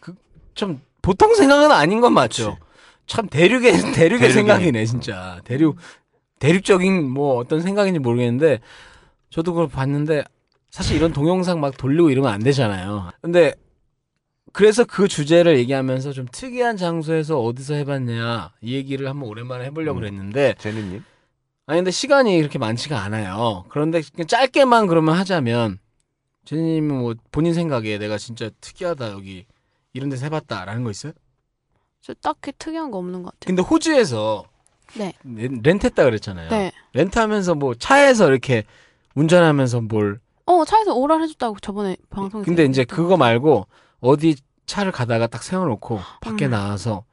Speaker 6: 그 좀 보통 생각은 아닌 건 맞죠. 참 대륙의 대륙의
Speaker 7: 대륙이네.
Speaker 6: 생각이네 진짜 대륙 대륙적인 뭐 어떤 생각인지 모르겠는데 저도 그걸 봤는데 사실 이런 동영상 막 돌리고 이러면 안 되잖아요. 근데 그래서 그 주제를 얘기하면서 좀 특이한 장소에서 어디서 해봤냐 이 얘기를 한번 오랜만에 해보려고
Speaker 7: 음.
Speaker 6: 그랬는데
Speaker 7: 제니님.
Speaker 6: 아니 근데 시간이 그렇게 많지가 않아요. 그런데 그냥 짧게만 그러면 하자면 제니님은 뭐 본인 생각에 내가 진짜 특이하다 여기 이런 데서 해봤다라는 거 있어요?
Speaker 4: 저 딱히 특이한 거 없는 것 같아요.
Speaker 6: 근데 호주에서
Speaker 4: 네.
Speaker 6: 렌- 렌트했다 그랬잖아요.
Speaker 4: 네.
Speaker 6: 렌트하면서 뭐 차에서 이렇게 운전하면서 뭘
Speaker 4: 어, 차에서 오랄 해줬다고 저번에 방송에서.
Speaker 6: 근데 이제
Speaker 4: 얘기했던.
Speaker 6: 그거 말고 어디 차를 가다가 딱 세워놓고 밖에
Speaker 4: 음.
Speaker 6: 나와서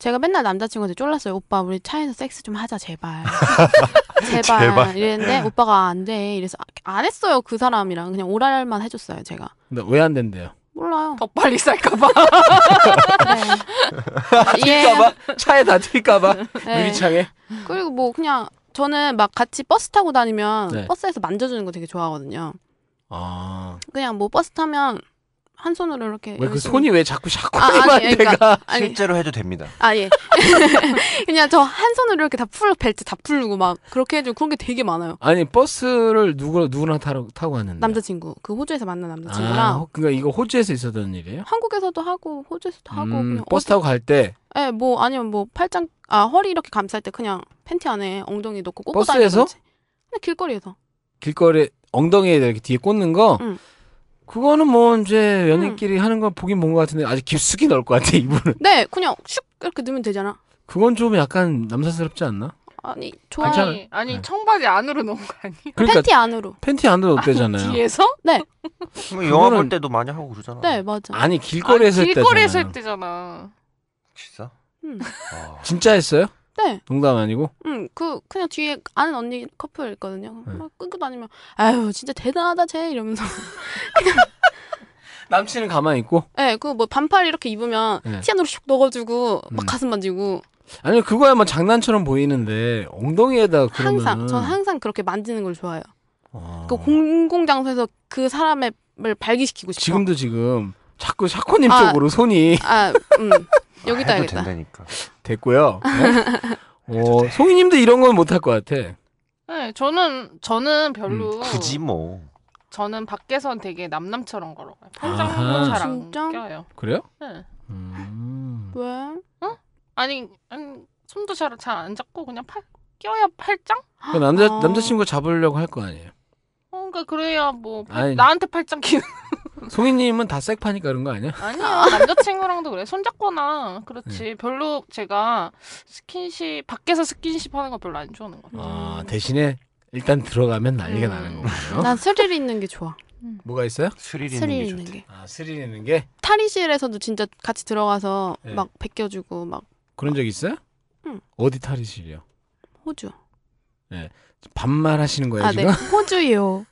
Speaker 4: 제가 맨날 남자친구한테 쫄랐어요. 오빠, 우리 차에서 섹스 좀 하자, 제발. 제발.
Speaker 7: 제발.
Speaker 4: 이랬는데, 오빠가 안 돼. 이래서 아, 안 했어요, 그 사람이랑. 그냥 오랄만 해줬어요, 제가.
Speaker 6: 근데 왜 안 된대요?
Speaker 4: 몰라요.
Speaker 8: 더 빨리 쌀까봐.
Speaker 4: 네. 예.
Speaker 6: 튀까봐 차에 다 튈까봐
Speaker 4: 네.
Speaker 6: 유리창에
Speaker 4: 그리고 뭐, 그냥, 저는 막 같이 버스 타고 다니면
Speaker 6: 네.
Speaker 4: 버스에서 만져주는 거 되게 좋아하거든요.
Speaker 6: 아
Speaker 4: 그냥 뭐 버스 타면 한 손으로 이렇게.
Speaker 6: 왜 그
Speaker 4: 열심히-
Speaker 6: 손이 왜 자꾸 자꾸
Speaker 4: 네, 아, 아니,
Speaker 6: 만
Speaker 4: 그러니까-
Speaker 6: 내가
Speaker 4: 아니,
Speaker 7: 실제로 해도 됩니다.
Speaker 4: 아, 예. 그냥 저 한 손으로 이렇게 다 풀, 벨트 다 풀고 막 그렇게 해주고 그런 게 되게 많아요.
Speaker 6: 아니 버스를 누구 누구랑 타러, 타고 왔는데
Speaker 4: 남자친구. 그 호주에서 만난
Speaker 6: 아,
Speaker 4: 남자친구랑.
Speaker 6: 호- 그러니까 이거 호주에서 있었던 일이에요?
Speaker 4: 한국에서도 하고 호주에서도 하고
Speaker 6: 음,
Speaker 4: 그냥
Speaker 6: 버스 타고 갈 때
Speaker 4: 어디- 예, 뭐 아니면 뭐 팔짱 아 허리 이렇게 감쌀 때 그냥 팬티 안에 엉덩이 넣고 꽂고
Speaker 6: 버스에서?
Speaker 4: 다니던지. 그냥 길거리에서.
Speaker 6: 길거리 엉덩이에 이렇게 뒤에 꽂는 거
Speaker 4: 응.
Speaker 6: 그거는 뭐 이제 연인끼리 하는 걸 보긴 본 것 같은데 아주 깊숙이 넣을 것 같아 이분은
Speaker 4: 네, 그냥 슉 이렇게 넣으면 되잖아.
Speaker 6: 그건 좀 약간 남사스럽지 않나?
Speaker 4: 아니, 좋아.
Speaker 6: 괜찮아.
Speaker 8: 아니, 아니
Speaker 6: 네.
Speaker 8: 청바지 안으로 넣은 거 아니?
Speaker 6: 그러니까 팬티,
Speaker 4: 팬티 안으로.
Speaker 6: 안으로 넣대잖아요.
Speaker 8: 뒤에서?
Speaker 7: 뭐 영화
Speaker 6: 그거는-
Speaker 7: 볼
Speaker 6: 어.
Speaker 7: 때도 많이 하고 그러잖아.
Speaker 4: 네, 맞아.
Speaker 6: 아니 길거리에서
Speaker 8: 아니, 길거리에서
Speaker 6: 했대잖아요.
Speaker 8: 했대잖아.
Speaker 7: 진짜?
Speaker 4: 음.
Speaker 7: 아,
Speaker 6: 진짜 했어요?
Speaker 4: 네.
Speaker 6: 농담 아니고?
Speaker 4: 응, 그 그냥 뒤에 아는 언니 커플 있거든요.
Speaker 6: 네.
Speaker 4: 막 끊고 다니면 아유 진짜 대단하다 쟤 이러면서.
Speaker 6: 남친은 가만히 있고?
Speaker 4: 네, 그 뭐 반팔 이렇게 입으면
Speaker 6: 네.
Speaker 4: 티안으로 슉 넣어주고 막
Speaker 6: 음.
Speaker 4: 가슴 만지고
Speaker 6: 아니 그거야 뭐 장난처럼 보이는데 엉덩이에다 그러면
Speaker 4: 항상 전 항상 그렇게 만지는 걸 좋아해요.
Speaker 6: 아.
Speaker 4: 그 공공 장소에서 그 사람을 발기시키고 싶어.
Speaker 6: 지금도 지금 자꾸 샤코님
Speaker 4: 아.
Speaker 6: 쪽으로 손이
Speaker 4: 아, 음 여기다 어.
Speaker 7: 해도
Speaker 4: 여기다.
Speaker 7: 된다니까.
Speaker 6: 됐고요. 네? 어, 송이님도 이런 건 못할 것 같아.
Speaker 8: 네, 저는 저는 별로
Speaker 7: 음, 굳이 뭐.
Speaker 8: 저는 밖에선 되게 남남처럼 걸어가요.
Speaker 6: 아하.
Speaker 8: 평장도 잘안
Speaker 4: 진짜?
Speaker 8: 껴요.
Speaker 6: 그래요?
Speaker 8: 네.
Speaker 6: 음.
Speaker 4: 왜?
Speaker 8: 아니, 아니 손도 잘 잘 안 잡고 그냥 팔 껴야 팔짱?
Speaker 6: 그 남자
Speaker 4: 아.
Speaker 6: 남자친구 잡으려고 할 거 아니에요.
Speaker 8: 어, 그러니까 그래야 뭐 팔-
Speaker 6: 아니.
Speaker 8: 나한테 팔짱 끼는
Speaker 6: 송이님은 다 섹파니까 그런 거 아니야?
Speaker 8: 아니야 남자친구랑도 그래 손잡거나 그렇지
Speaker 6: 네.
Speaker 8: 별로 제가 스킨십 밖에서 스킨십 하는 거 별로 안 좋아하는
Speaker 4: 음.
Speaker 8: 것 같아요.
Speaker 6: 아 대신에 일단 들어가면 난리가
Speaker 8: 음.
Speaker 6: 나는 거군요.
Speaker 4: 난 스릴 있는 게 좋아.
Speaker 6: 뭐가 있어요?
Speaker 7: 스릴 있는
Speaker 4: 스릴
Speaker 7: 게
Speaker 4: 있는
Speaker 7: 좋대.
Speaker 4: 게.
Speaker 6: 아 스릴 있는 게
Speaker 4: 탈의실에서도 진짜 같이 들어가서
Speaker 6: 네.
Speaker 4: 막 베껴주고 막
Speaker 6: 그런 적 있어요?
Speaker 4: 응.
Speaker 6: 어디 탈의실이요?
Speaker 4: 호주.
Speaker 6: 반말하시는 거예요
Speaker 4: 아, 네.
Speaker 6: 지금?
Speaker 4: 호주요.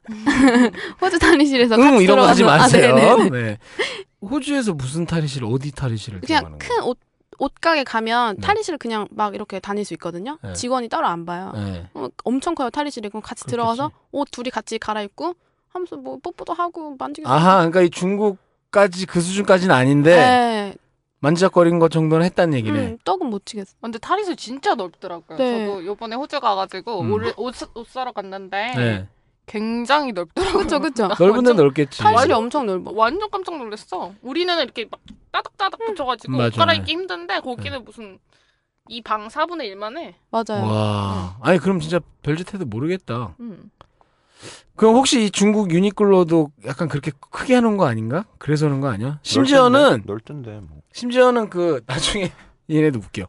Speaker 4: 호주 탈의실에서 같이
Speaker 6: 응 이런 거 하지
Speaker 4: 들어가서-
Speaker 6: 마세요.
Speaker 4: 아, 네네네.
Speaker 6: 네. 호주에서 무슨 탈의실 어디 탈의실을
Speaker 4: 그냥
Speaker 6: 들어가는
Speaker 4: 큰 옷 옷가게 가면
Speaker 6: 음. 네.
Speaker 4: 탈의실 그냥 막 이렇게 다닐 수 있거든요.
Speaker 6: 네.
Speaker 4: 직원이 따로 안 봐요.
Speaker 6: 거예요? 네.
Speaker 4: 어, 엄청 커요 탈의실이. 그럼 같이
Speaker 6: 그렇겠지.
Speaker 4: 들어가서 옷 둘이 같이 갈아입고 하면서 뭐 뽀뽀도 하고 만지기도
Speaker 6: 아하 그러니까 이 중국까지 그 수준까지는 아닌데
Speaker 4: 네.
Speaker 6: 만지작거리는 것 정도는 했다는 얘기네.
Speaker 4: 음, 떡은 못 치겠어.
Speaker 8: 근데 탈의실 진짜 넓더라고요.
Speaker 4: 네.
Speaker 8: 저도 요번에 호주 가가지고
Speaker 6: 음.
Speaker 8: 옷, 옷, 옷 사러 갔는데
Speaker 6: 네.
Speaker 8: 굉장히 넓더라고요.
Speaker 4: 그쵸 그쵸.
Speaker 6: 넓은 데
Speaker 8: 완전
Speaker 6: 넓겠지.
Speaker 4: 그러니까 탈의실이 엄청 넓어.
Speaker 8: 완전 깜짝 놀랐어. 우리는 이렇게 막 따닥따닥 붙여가지고
Speaker 6: 맞아요. 네.
Speaker 8: 옷 갈아입기 힘든데 거기는 무슨 이 방 4분의 1만 해.
Speaker 4: 맞아요.
Speaker 6: 와.
Speaker 4: 네.
Speaker 6: 아니 그럼 진짜 별짓 해도 모르겠다.
Speaker 8: 음.
Speaker 6: 그럼 혹시 이 중국 유니클로도 약간 그렇게 크게 하는 거 아닌가? 그래서 그런 거 아니야? 심지어는
Speaker 7: 넓던데 뭐.
Speaker 6: 심지어는 그 나중에 얘네도 웃겨.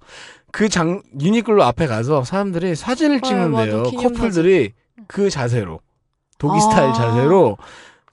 Speaker 6: 그 장 유니클로 앞에 가서 사람들이 사진을
Speaker 4: 네,
Speaker 6: 찍는데요.
Speaker 4: 맞아, 기념
Speaker 6: 커플들이 그 자세로 독일
Speaker 4: 아.
Speaker 6: 스타일 자세로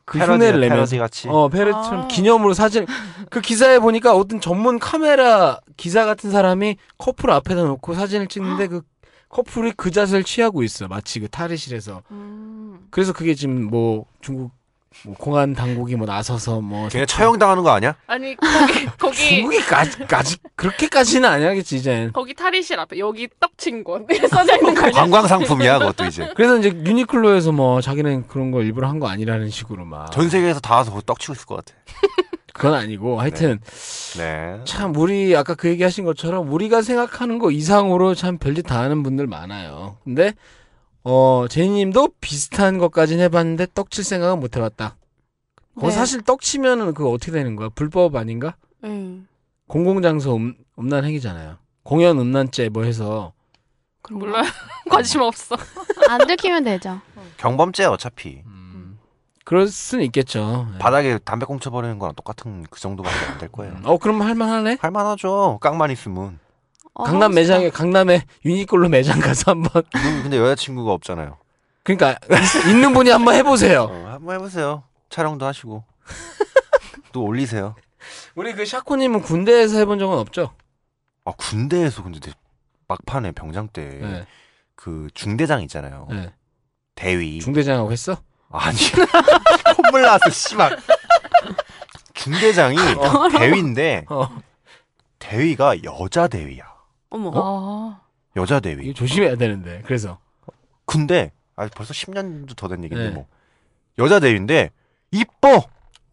Speaker 6: 그 흉내를
Speaker 7: 패러디야,
Speaker 6: 내면서
Speaker 7: 패러디 같이.
Speaker 6: 어, 페레처럼
Speaker 4: 아.
Speaker 6: 기념으로 사진. 그 기사에 보니까 어떤 전문 카메라 기사 같은 사람이 커플 앞에다 놓고 사진을 찍는데 그 커플이 그 자세를 취하고 있어. 마치 그 탈의실에서.
Speaker 8: 음.
Speaker 6: 그래서 그게 지금 뭐 중국 뭐 공안 당국이 뭐 나서서 뭐
Speaker 7: 걔네 처형당하는 거 아니야?
Speaker 8: 아니 거기 거기
Speaker 6: 중국이까지까지 그렇게까지는 아니야겠지 이제.
Speaker 8: 거기 탈의실 앞에 여기 떡친 거 써져
Speaker 6: 어,
Speaker 8: 있는 거 아니야?
Speaker 7: 관광 상품이야 그것도 이제.
Speaker 6: 그래서 이제 유니클로에서 뭐 자기는 그런 걸 일부러 한 거 아니라는 식으로 막
Speaker 7: 전 세계에서 다 와서 그거 떡치고 있을 것 같아.
Speaker 6: 그건 아니고 하여튼
Speaker 7: 네.
Speaker 4: 음.
Speaker 6: 참 우리 아까 그 얘기하신 것처럼 우리가 생각하는 거 이상으로 참 별짓 다 하는 분들 많아요. 근데 어 제니님도 비슷한 것까진 해봤는데 떡칠 생각은 못 해봤다. 어
Speaker 4: 네.
Speaker 6: 사실 떡치면은 그거 어떻게 되는 거야? 불법 아닌가?
Speaker 4: 네.
Speaker 6: 공공장소 음, 란 행위잖아요. 공연 음란죄 뭐 해서
Speaker 4: 그런
Speaker 8: 몰라 관심 없어.
Speaker 4: 안 들키면 되죠.
Speaker 7: 경범죄야 어차피.
Speaker 6: 음, 그럴 수는 있겠죠.
Speaker 4: 네.
Speaker 6: 예.
Speaker 7: 바닥에 담배 꽁쳐 버리는 거랑 똑같은 그 정도밖에 안 될 거예요.
Speaker 6: 음, 어 그럼 할만하네.
Speaker 7: 할만하죠. 깡만 있으면.
Speaker 4: 어,
Speaker 6: 강남
Speaker 4: 하고 싶다.
Speaker 6: 매장에 강남에 유니클로 매장 가서 한번
Speaker 7: 음, 근데 여자친구가 없잖아요.
Speaker 6: 그러니까 있- 있는 분이 한번 해보세요.
Speaker 7: 어, 한번 해보세요. 촬영도 하시고 또 올리세요.
Speaker 6: 우리 그 샤코님은 군대에서 해본 적은 없죠?
Speaker 7: 아 군대에서 근데 내- 막판에 병장 때 그
Speaker 6: 네.
Speaker 7: 중대장 있잖아요.
Speaker 6: 네.
Speaker 7: 대위.
Speaker 6: 중대장하고 했어?
Speaker 7: 아니 콧물 나서 씨발. 중대장이 대위인데
Speaker 6: 어.
Speaker 7: 대위가 여자 대위야.
Speaker 4: 어머.
Speaker 8: 아.
Speaker 7: 여자
Speaker 6: 이거
Speaker 7: 대위.
Speaker 6: 조심해야 되는데. 그래서
Speaker 7: 근데 아 벌써 10년도 더 된 얘기인데
Speaker 6: 네.
Speaker 7: 뭐 여자 대위인데 이뻐.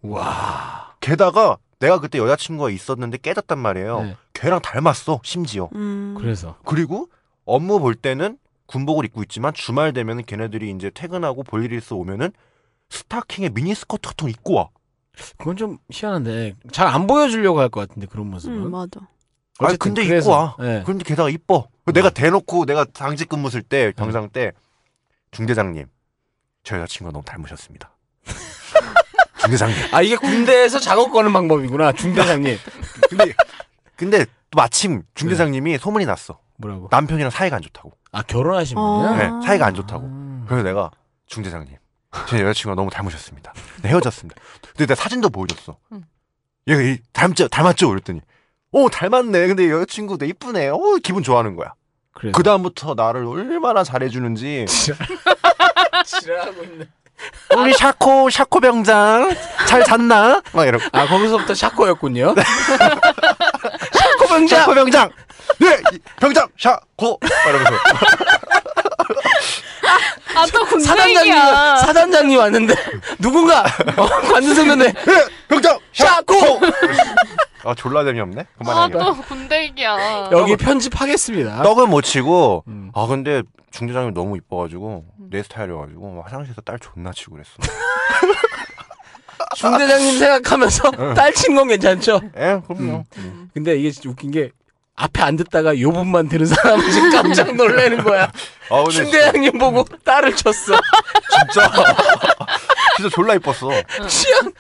Speaker 6: 와.
Speaker 7: 게다가 내가 그때 여자친구가 있었는데 깨졌단 말이에요.
Speaker 6: 네.
Speaker 7: 걔랑 닮았어 심지어.
Speaker 4: 음.
Speaker 6: 그래서
Speaker 7: 그리고 업무 볼 때는 군복을 입고 있지만 주말 되면 걔네들이 이제 퇴근하고 볼일 있어 오면은 스타킹에 미니스커트 같은 거 입고 와.
Speaker 6: 그건 좀 희한한데 잘 안 보여주려고 할 것 같은데 그런 모습은.
Speaker 8: 뭐.
Speaker 4: 음, 맞아.
Speaker 7: 아니
Speaker 6: 어쨌든
Speaker 7: 근데
Speaker 6: 그래서, 음.
Speaker 7: 입고 와.
Speaker 6: 예.
Speaker 7: 그런데 게다가 이뻐. 내가 대놓고 내가 당직 근무 쓸
Speaker 6: 음.
Speaker 7: 때 병장 때 중대장님 저 여자친구가 너무 닮으셨습니다. 중대장님.
Speaker 6: 아 이게 군대에서 작업 거는 방법이구나 중대장님.
Speaker 7: 근데 근데 또 마침 중대장님이 소문이 났어.
Speaker 6: 뭐라고?
Speaker 7: 남편이랑 사이가 안 좋다고.
Speaker 6: 아 결혼하신
Speaker 4: 어.
Speaker 6: 분이야?
Speaker 7: 네, 사이가 안 좋다고.
Speaker 6: 아.
Speaker 7: 그래서 내가 중대장님 제 여자친구가 너무 닮으셨습니다 네, 헤어졌습니다 근데 내가 사진도 보여줬어
Speaker 8: 응.
Speaker 7: 얘가 이, 닮죠 닮았죠 그랬더니 오 닮았네. 근데 여자친구 내 이쁘네. 오 기분 좋아하는 거야.
Speaker 6: 그래.
Speaker 7: 그 다음부터 나를 얼마나 잘해주는지.
Speaker 6: 지랄하고 있네.
Speaker 7: 우리 샤코 샤코 병장 잘 잤나? 막 이러고.
Speaker 6: 아 거기서부터 샤코였군요. 샤코 병장.
Speaker 7: 샤코 병장. 네 이- 병장 샤코. 막 이러면서.
Speaker 8: 아또 군대
Speaker 6: 사단장님
Speaker 8: 얘기야.
Speaker 6: 사단장님 왔는데 누군가 어, 관두생면에
Speaker 7: 네 병장
Speaker 6: 샤코!
Speaker 7: 아 졸라 재미없네. 그만하게.
Speaker 8: 아또 군대 얘기야.
Speaker 6: 여기 편집하겠습니다.
Speaker 7: 떡은 못 치고
Speaker 6: 아, 음.
Speaker 7: 아 근데 중대장님 너무 이뻐가지고 내 스타일이어가지고 화장실에서 딸 존나 치고 그랬어.
Speaker 6: 중대장님 생각하면서 딸친 건 괜찮죠?
Speaker 7: 예 그럼요.
Speaker 6: 음. 근데 이게 진짜 웃긴 게 앞에 안 듣다가 요 분만 들은 사람이 지금 깜짝 놀라는 거야.
Speaker 7: 아 근데
Speaker 6: 중대장님 보고
Speaker 7: 어.
Speaker 6: 딸을 쳤어.
Speaker 7: 진짜 진짜 졸라 이뻤어.
Speaker 6: 취향.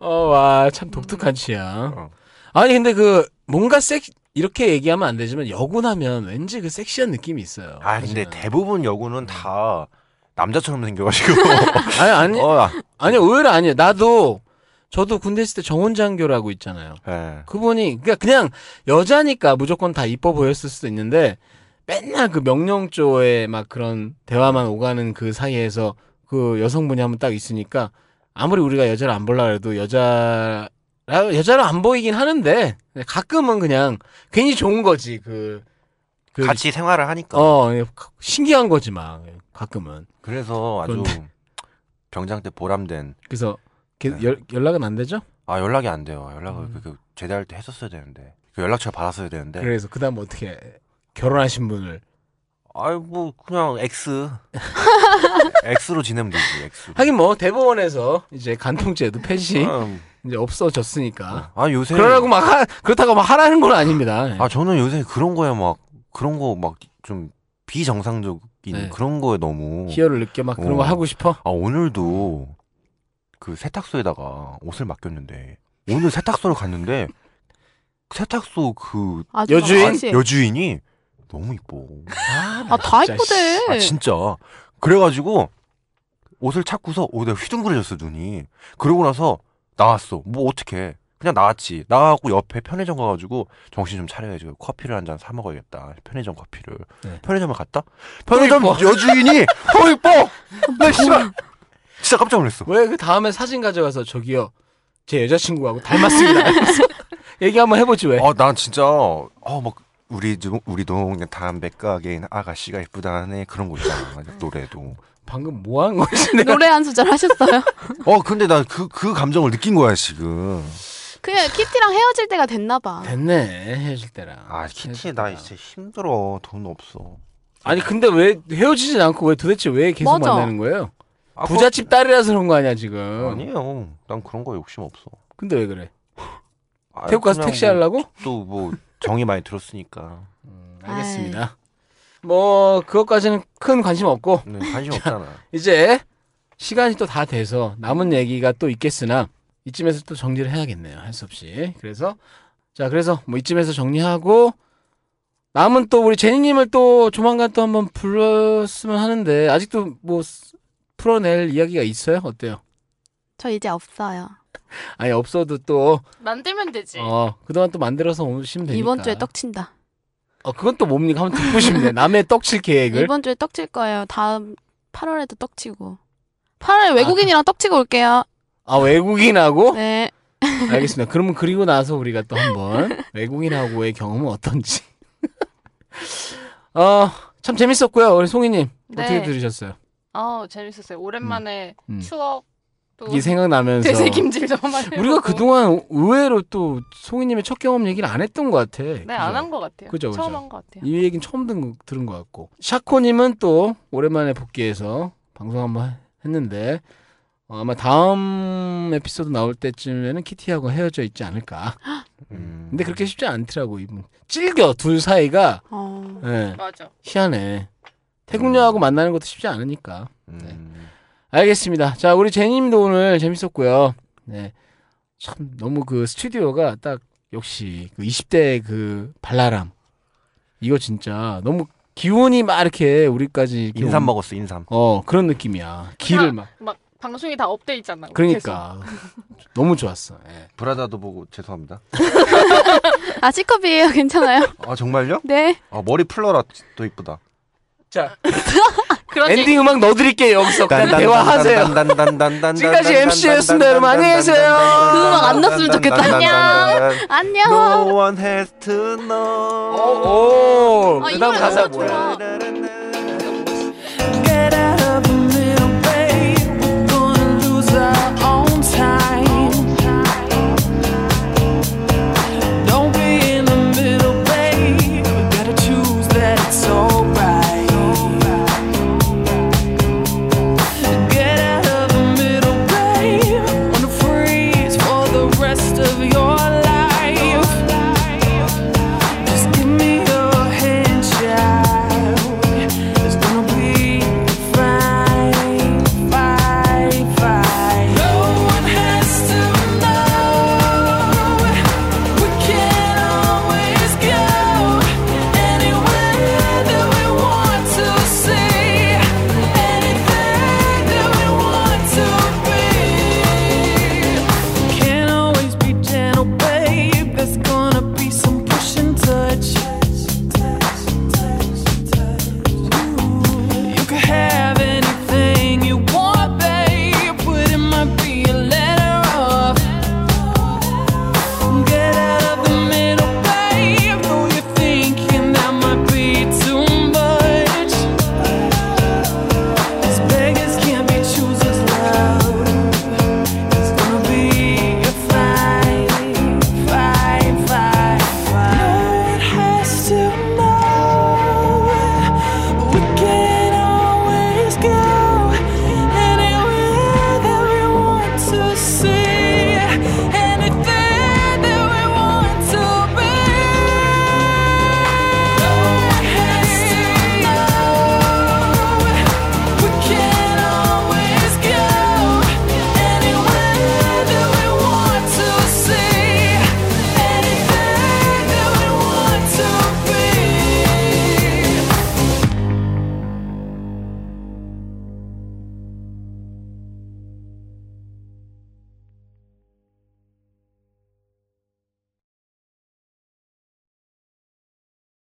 Speaker 6: 어, 와, 참 독특한 취향.
Speaker 7: 어.
Speaker 6: 아니, 근데 그, 뭔가 섹시, 이렇게 얘기하면 안 되지만, 여군하면 왠지 그 섹시한 느낌이 있어요.
Speaker 7: 아 근데
Speaker 6: 사실은.
Speaker 7: 대부분 여고는 다 남자처럼 생겨가지고
Speaker 6: 아니, 아니,
Speaker 7: 어, 아,
Speaker 6: 아니, 오히려 아니에요. 나도, 저도 군대 있을 때 정원장교라고 있잖아요.
Speaker 7: 예.
Speaker 6: 그분이, 그러니까 그니까 그냥 여자니까 무조건 다 이뻐 보였을 수도 있는데, 맨날 그 명령조에 막 그런 대화만 오가는 그 사이에서 그 여성분이 한 분 딱 있으니까, 아무리 우리가 여자를 안 볼라 해도 여자, 여자를 안 보이긴 하는데, 가끔은 그냥 괜히 좋은 거지, 그, 그
Speaker 7: 같이 생활을 하니까
Speaker 6: 어, 신기한 거지, 막, 예, 가끔은.
Speaker 7: 그래서 아주
Speaker 6: 그런데-
Speaker 7: 병장 때 보람된
Speaker 6: 그래서, 걔-
Speaker 7: 네.
Speaker 6: 연- 연락은 안 되죠?
Speaker 7: 아 연락이 안 돼요. 연락을
Speaker 6: 음.
Speaker 7: 그, 그 제대할 때 했었어야 되는데 그 연락처 받았어야 되는데
Speaker 6: 그래서 그 다음 어떻게, 결혼하신 분을.
Speaker 7: 아이 뭐 그냥 X X로 지내면 되지 X로.
Speaker 6: 하긴 뭐, 대법원에서 이제 간통죄도 폐지.
Speaker 7: 음,
Speaker 6: 이제 없어졌으니까.
Speaker 7: 아 요새
Speaker 6: 그러라고 막 하, 그렇다고 막 하라는 건 아닙니다.
Speaker 7: 아 저는 요새 그런 거에 막 그런 거 막 좀 비정상적인
Speaker 6: 네.
Speaker 7: 그런 거에 너무
Speaker 6: 희열을 느껴 막 그런
Speaker 7: 어.
Speaker 6: 거 하고 싶어.
Speaker 7: 아 오늘도 그 세탁소에다가 옷을 맡겼는데 오늘 세탁소를 갔는데 세탁소 그
Speaker 4: 아주
Speaker 6: 여주인?
Speaker 4: 아저씨.
Speaker 7: 여주인이 너무 이뻐
Speaker 6: 아,
Speaker 4: 아, 다
Speaker 6: 진짜, 씨.
Speaker 7: 아
Speaker 4: 이쁘대.
Speaker 7: 진짜 그래가지고 옷을 찾고서 오 내가 휘둥그레졌어 눈이 그러고 나서 나왔어 뭐 어떡해 그냥 나왔지 나가고 옆에 편의점 가가지고 정신 좀 차려야지 커피를 한 잔 사 먹어야겠다 편의점 커피를
Speaker 6: 네.
Speaker 7: 편의점을 갔다 편의점 여주인이 더 이뻐 나 씨발 진짜 깜짝 놀랐어
Speaker 6: 왜 그 다음에 사진 가져가서 저기요 제 여자친구하고 닮았습니다. 이러면서 얘기 한번 해보지 왜?
Speaker 7: 아, 난 진짜 어막 우리 동- 우리 동네 담배 가게인 아가씨가 이쁘다네 그런 거 있잖아 노래도.
Speaker 6: 방금 뭐 한 거지? 내가
Speaker 4: 노래 한 소절 하셨어요?
Speaker 7: 어 근데 나 그 그 감정을 느낀 거야 지금.
Speaker 4: 그냥 키티랑 헤어질 때가 됐나 봐.
Speaker 6: 됐네 헤어질 때랑.
Speaker 7: 아 키티 나 진짜 힘들어 돈 없어.
Speaker 6: 아니 근데 왜 헤어지진 않고 왜 도대체 왜 계속
Speaker 4: 맞아.
Speaker 6: 만나는 거예요?
Speaker 7: 아,
Speaker 6: 부잣집 딸이라서 그런 거 아니야
Speaker 7: 그거-
Speaker 6: 지금?
Speaker 7: 아니에요. 난 그런 거 욕심 없어.
Speaker 6: 근데 왜 그래?
Speaker 7: 아,
Speaker 6: 태국 가서 택시 하려고?
Speaker 7: 또뭐 정이 많이 들었으니까.
Speaker 6: 알겠습니다. 뭐 그것까지는 큰 관심 없고
Speaker 7: 네, 관심 없잖아.
Speaker 6: 이제 시간이 또 다 돼서 남은 얘기가 또 있겠으나 이쯤에서 또 정리를 해야겠네요. 할 수 없이. 그래서 자, 그래서 뭐 이쯤에서 정리하고 남은 또 우리 제니님을 또 조만간 또 한번 불렀으면 하는데 아직도 뭐 쓰- 풀어낼 이야기가 있어요? 어때요?
Speaker 4: 저 이제 없어요.
Speaker 6: 아니 없어도 또
Speaker 8: 만들면 되지.
Speaker 6: 어, 그동안 또 만들어서 오시면 되니까.
Speaker 4: 네. 이번 주에 떡친다.
Speaker 6: 어, 그건 또 뭡니까? 한번 듣고 싶네. 남의 떡칠 계획을.
Speaker 4: 이번 주에 떡칠 거예요. 다음 8월에도 떡치고. 8월에 외국인이랑 떡치고 올게요.
Speaker 6: 아, 외국인하고?
Speaker 4: 네.
Speaker 6: 알겠습니다. 그러면 그리고 나서 우리가 또 한번 외국인하고의 경험은 어떤지. 어, 참 재밌었고요. 우리 송이님
Speaker 8: 네.
Speaker 6: 어떻게 들으셨어요?
Speaker 8: 어 재밌었어요. 오랜만에
Speaker 6: 음.
Speaker 8: 추억도
Speaker 6: 이 생각나면서
Speaker 8: 되새김질 좀 하려고.
Speaker 6: 우리가 그동안 의외로 또 송이님의 첫 경험 얘기를 안 했던 것 같아.
Speaker 8: 네안 한 것 같아요.
Speaker 6: 그죠,
Speaker 8: 처음
Speaker 6: 그죠.
Speaker 8: 한 것 같아요.
Speaker 6: 이 얘기는 처음 든, 들은 것 같고 샤코님은 또 오랜만에 복귀해서 방송 한번 했는데 어, 아마 다음 에피소드 나올 때쯤에는 키티하고 헤어져 있지 않을까.
Speaker 7: 음.
Speaker 6: 근데 그렇게 쉽지 않더라고 이분. 찔겨 둘 사이가.
Speaker 4: 어.
Speaker 6: 예.
Speaker 8: 맞아.
Speaker 6: 희한해. 태국녀하고 만나는 것도 쉽지 않으니까.
Speaker 7: 음.
Speaker 6: 알겠습니다. 자, 우리 제니님도 오늘 재밌었고요. 네. 참, 너무 그 스튜디오가 딱, 역시, 그 20대의 그 발랄함. 이거 진짜 너무 기운이 막 이렇게 우리까지. 이렇게
Speaker 7: 인삼
Speaker 6: 온-
Speaker 7: 먹었어 인삼.
Speaker 6: 어, 그런 느낌이야. 기를 막.
Speaker 8: 막 방송이 다 업돼 있잖아.
Speaker 6: 그러니까 너무 좋았어. 예.
Speaker 9: 브라자도 보고 죄송합니다.
Speaker 4: 아 C컵이에요 괜찮아요
Speaker 9: 아 정말요?
Speaker 4: 네
Speaker 9: 아 머리 풀러라 또 이쁘다.
Speaker 6: 자
Speaker 8: 그런 얘기
Speaker 6: 엔딩 음악 넣어드릴게요 여기서 그냥 대화하세요. 지금까지 MC 였습니다, 여러분. 안녕히 계세요.
Speaker 4: 그 음악 안 났으면 좋겠다.
Speaker 9: 안녕.
Speaker 4: 안녕
Speaker 9: No one has to
Speaker 6: 오,
Speaker 9: know.
Speaker 6: 오
Speaker 4: 아, 이
Speaker 6: 그다음
Speaker 4: 노래
Speaker 6: 가사
Speaker 4: 너무 좋아.
Speaker 6: 뭐야?
Speaker 4: 뭐야?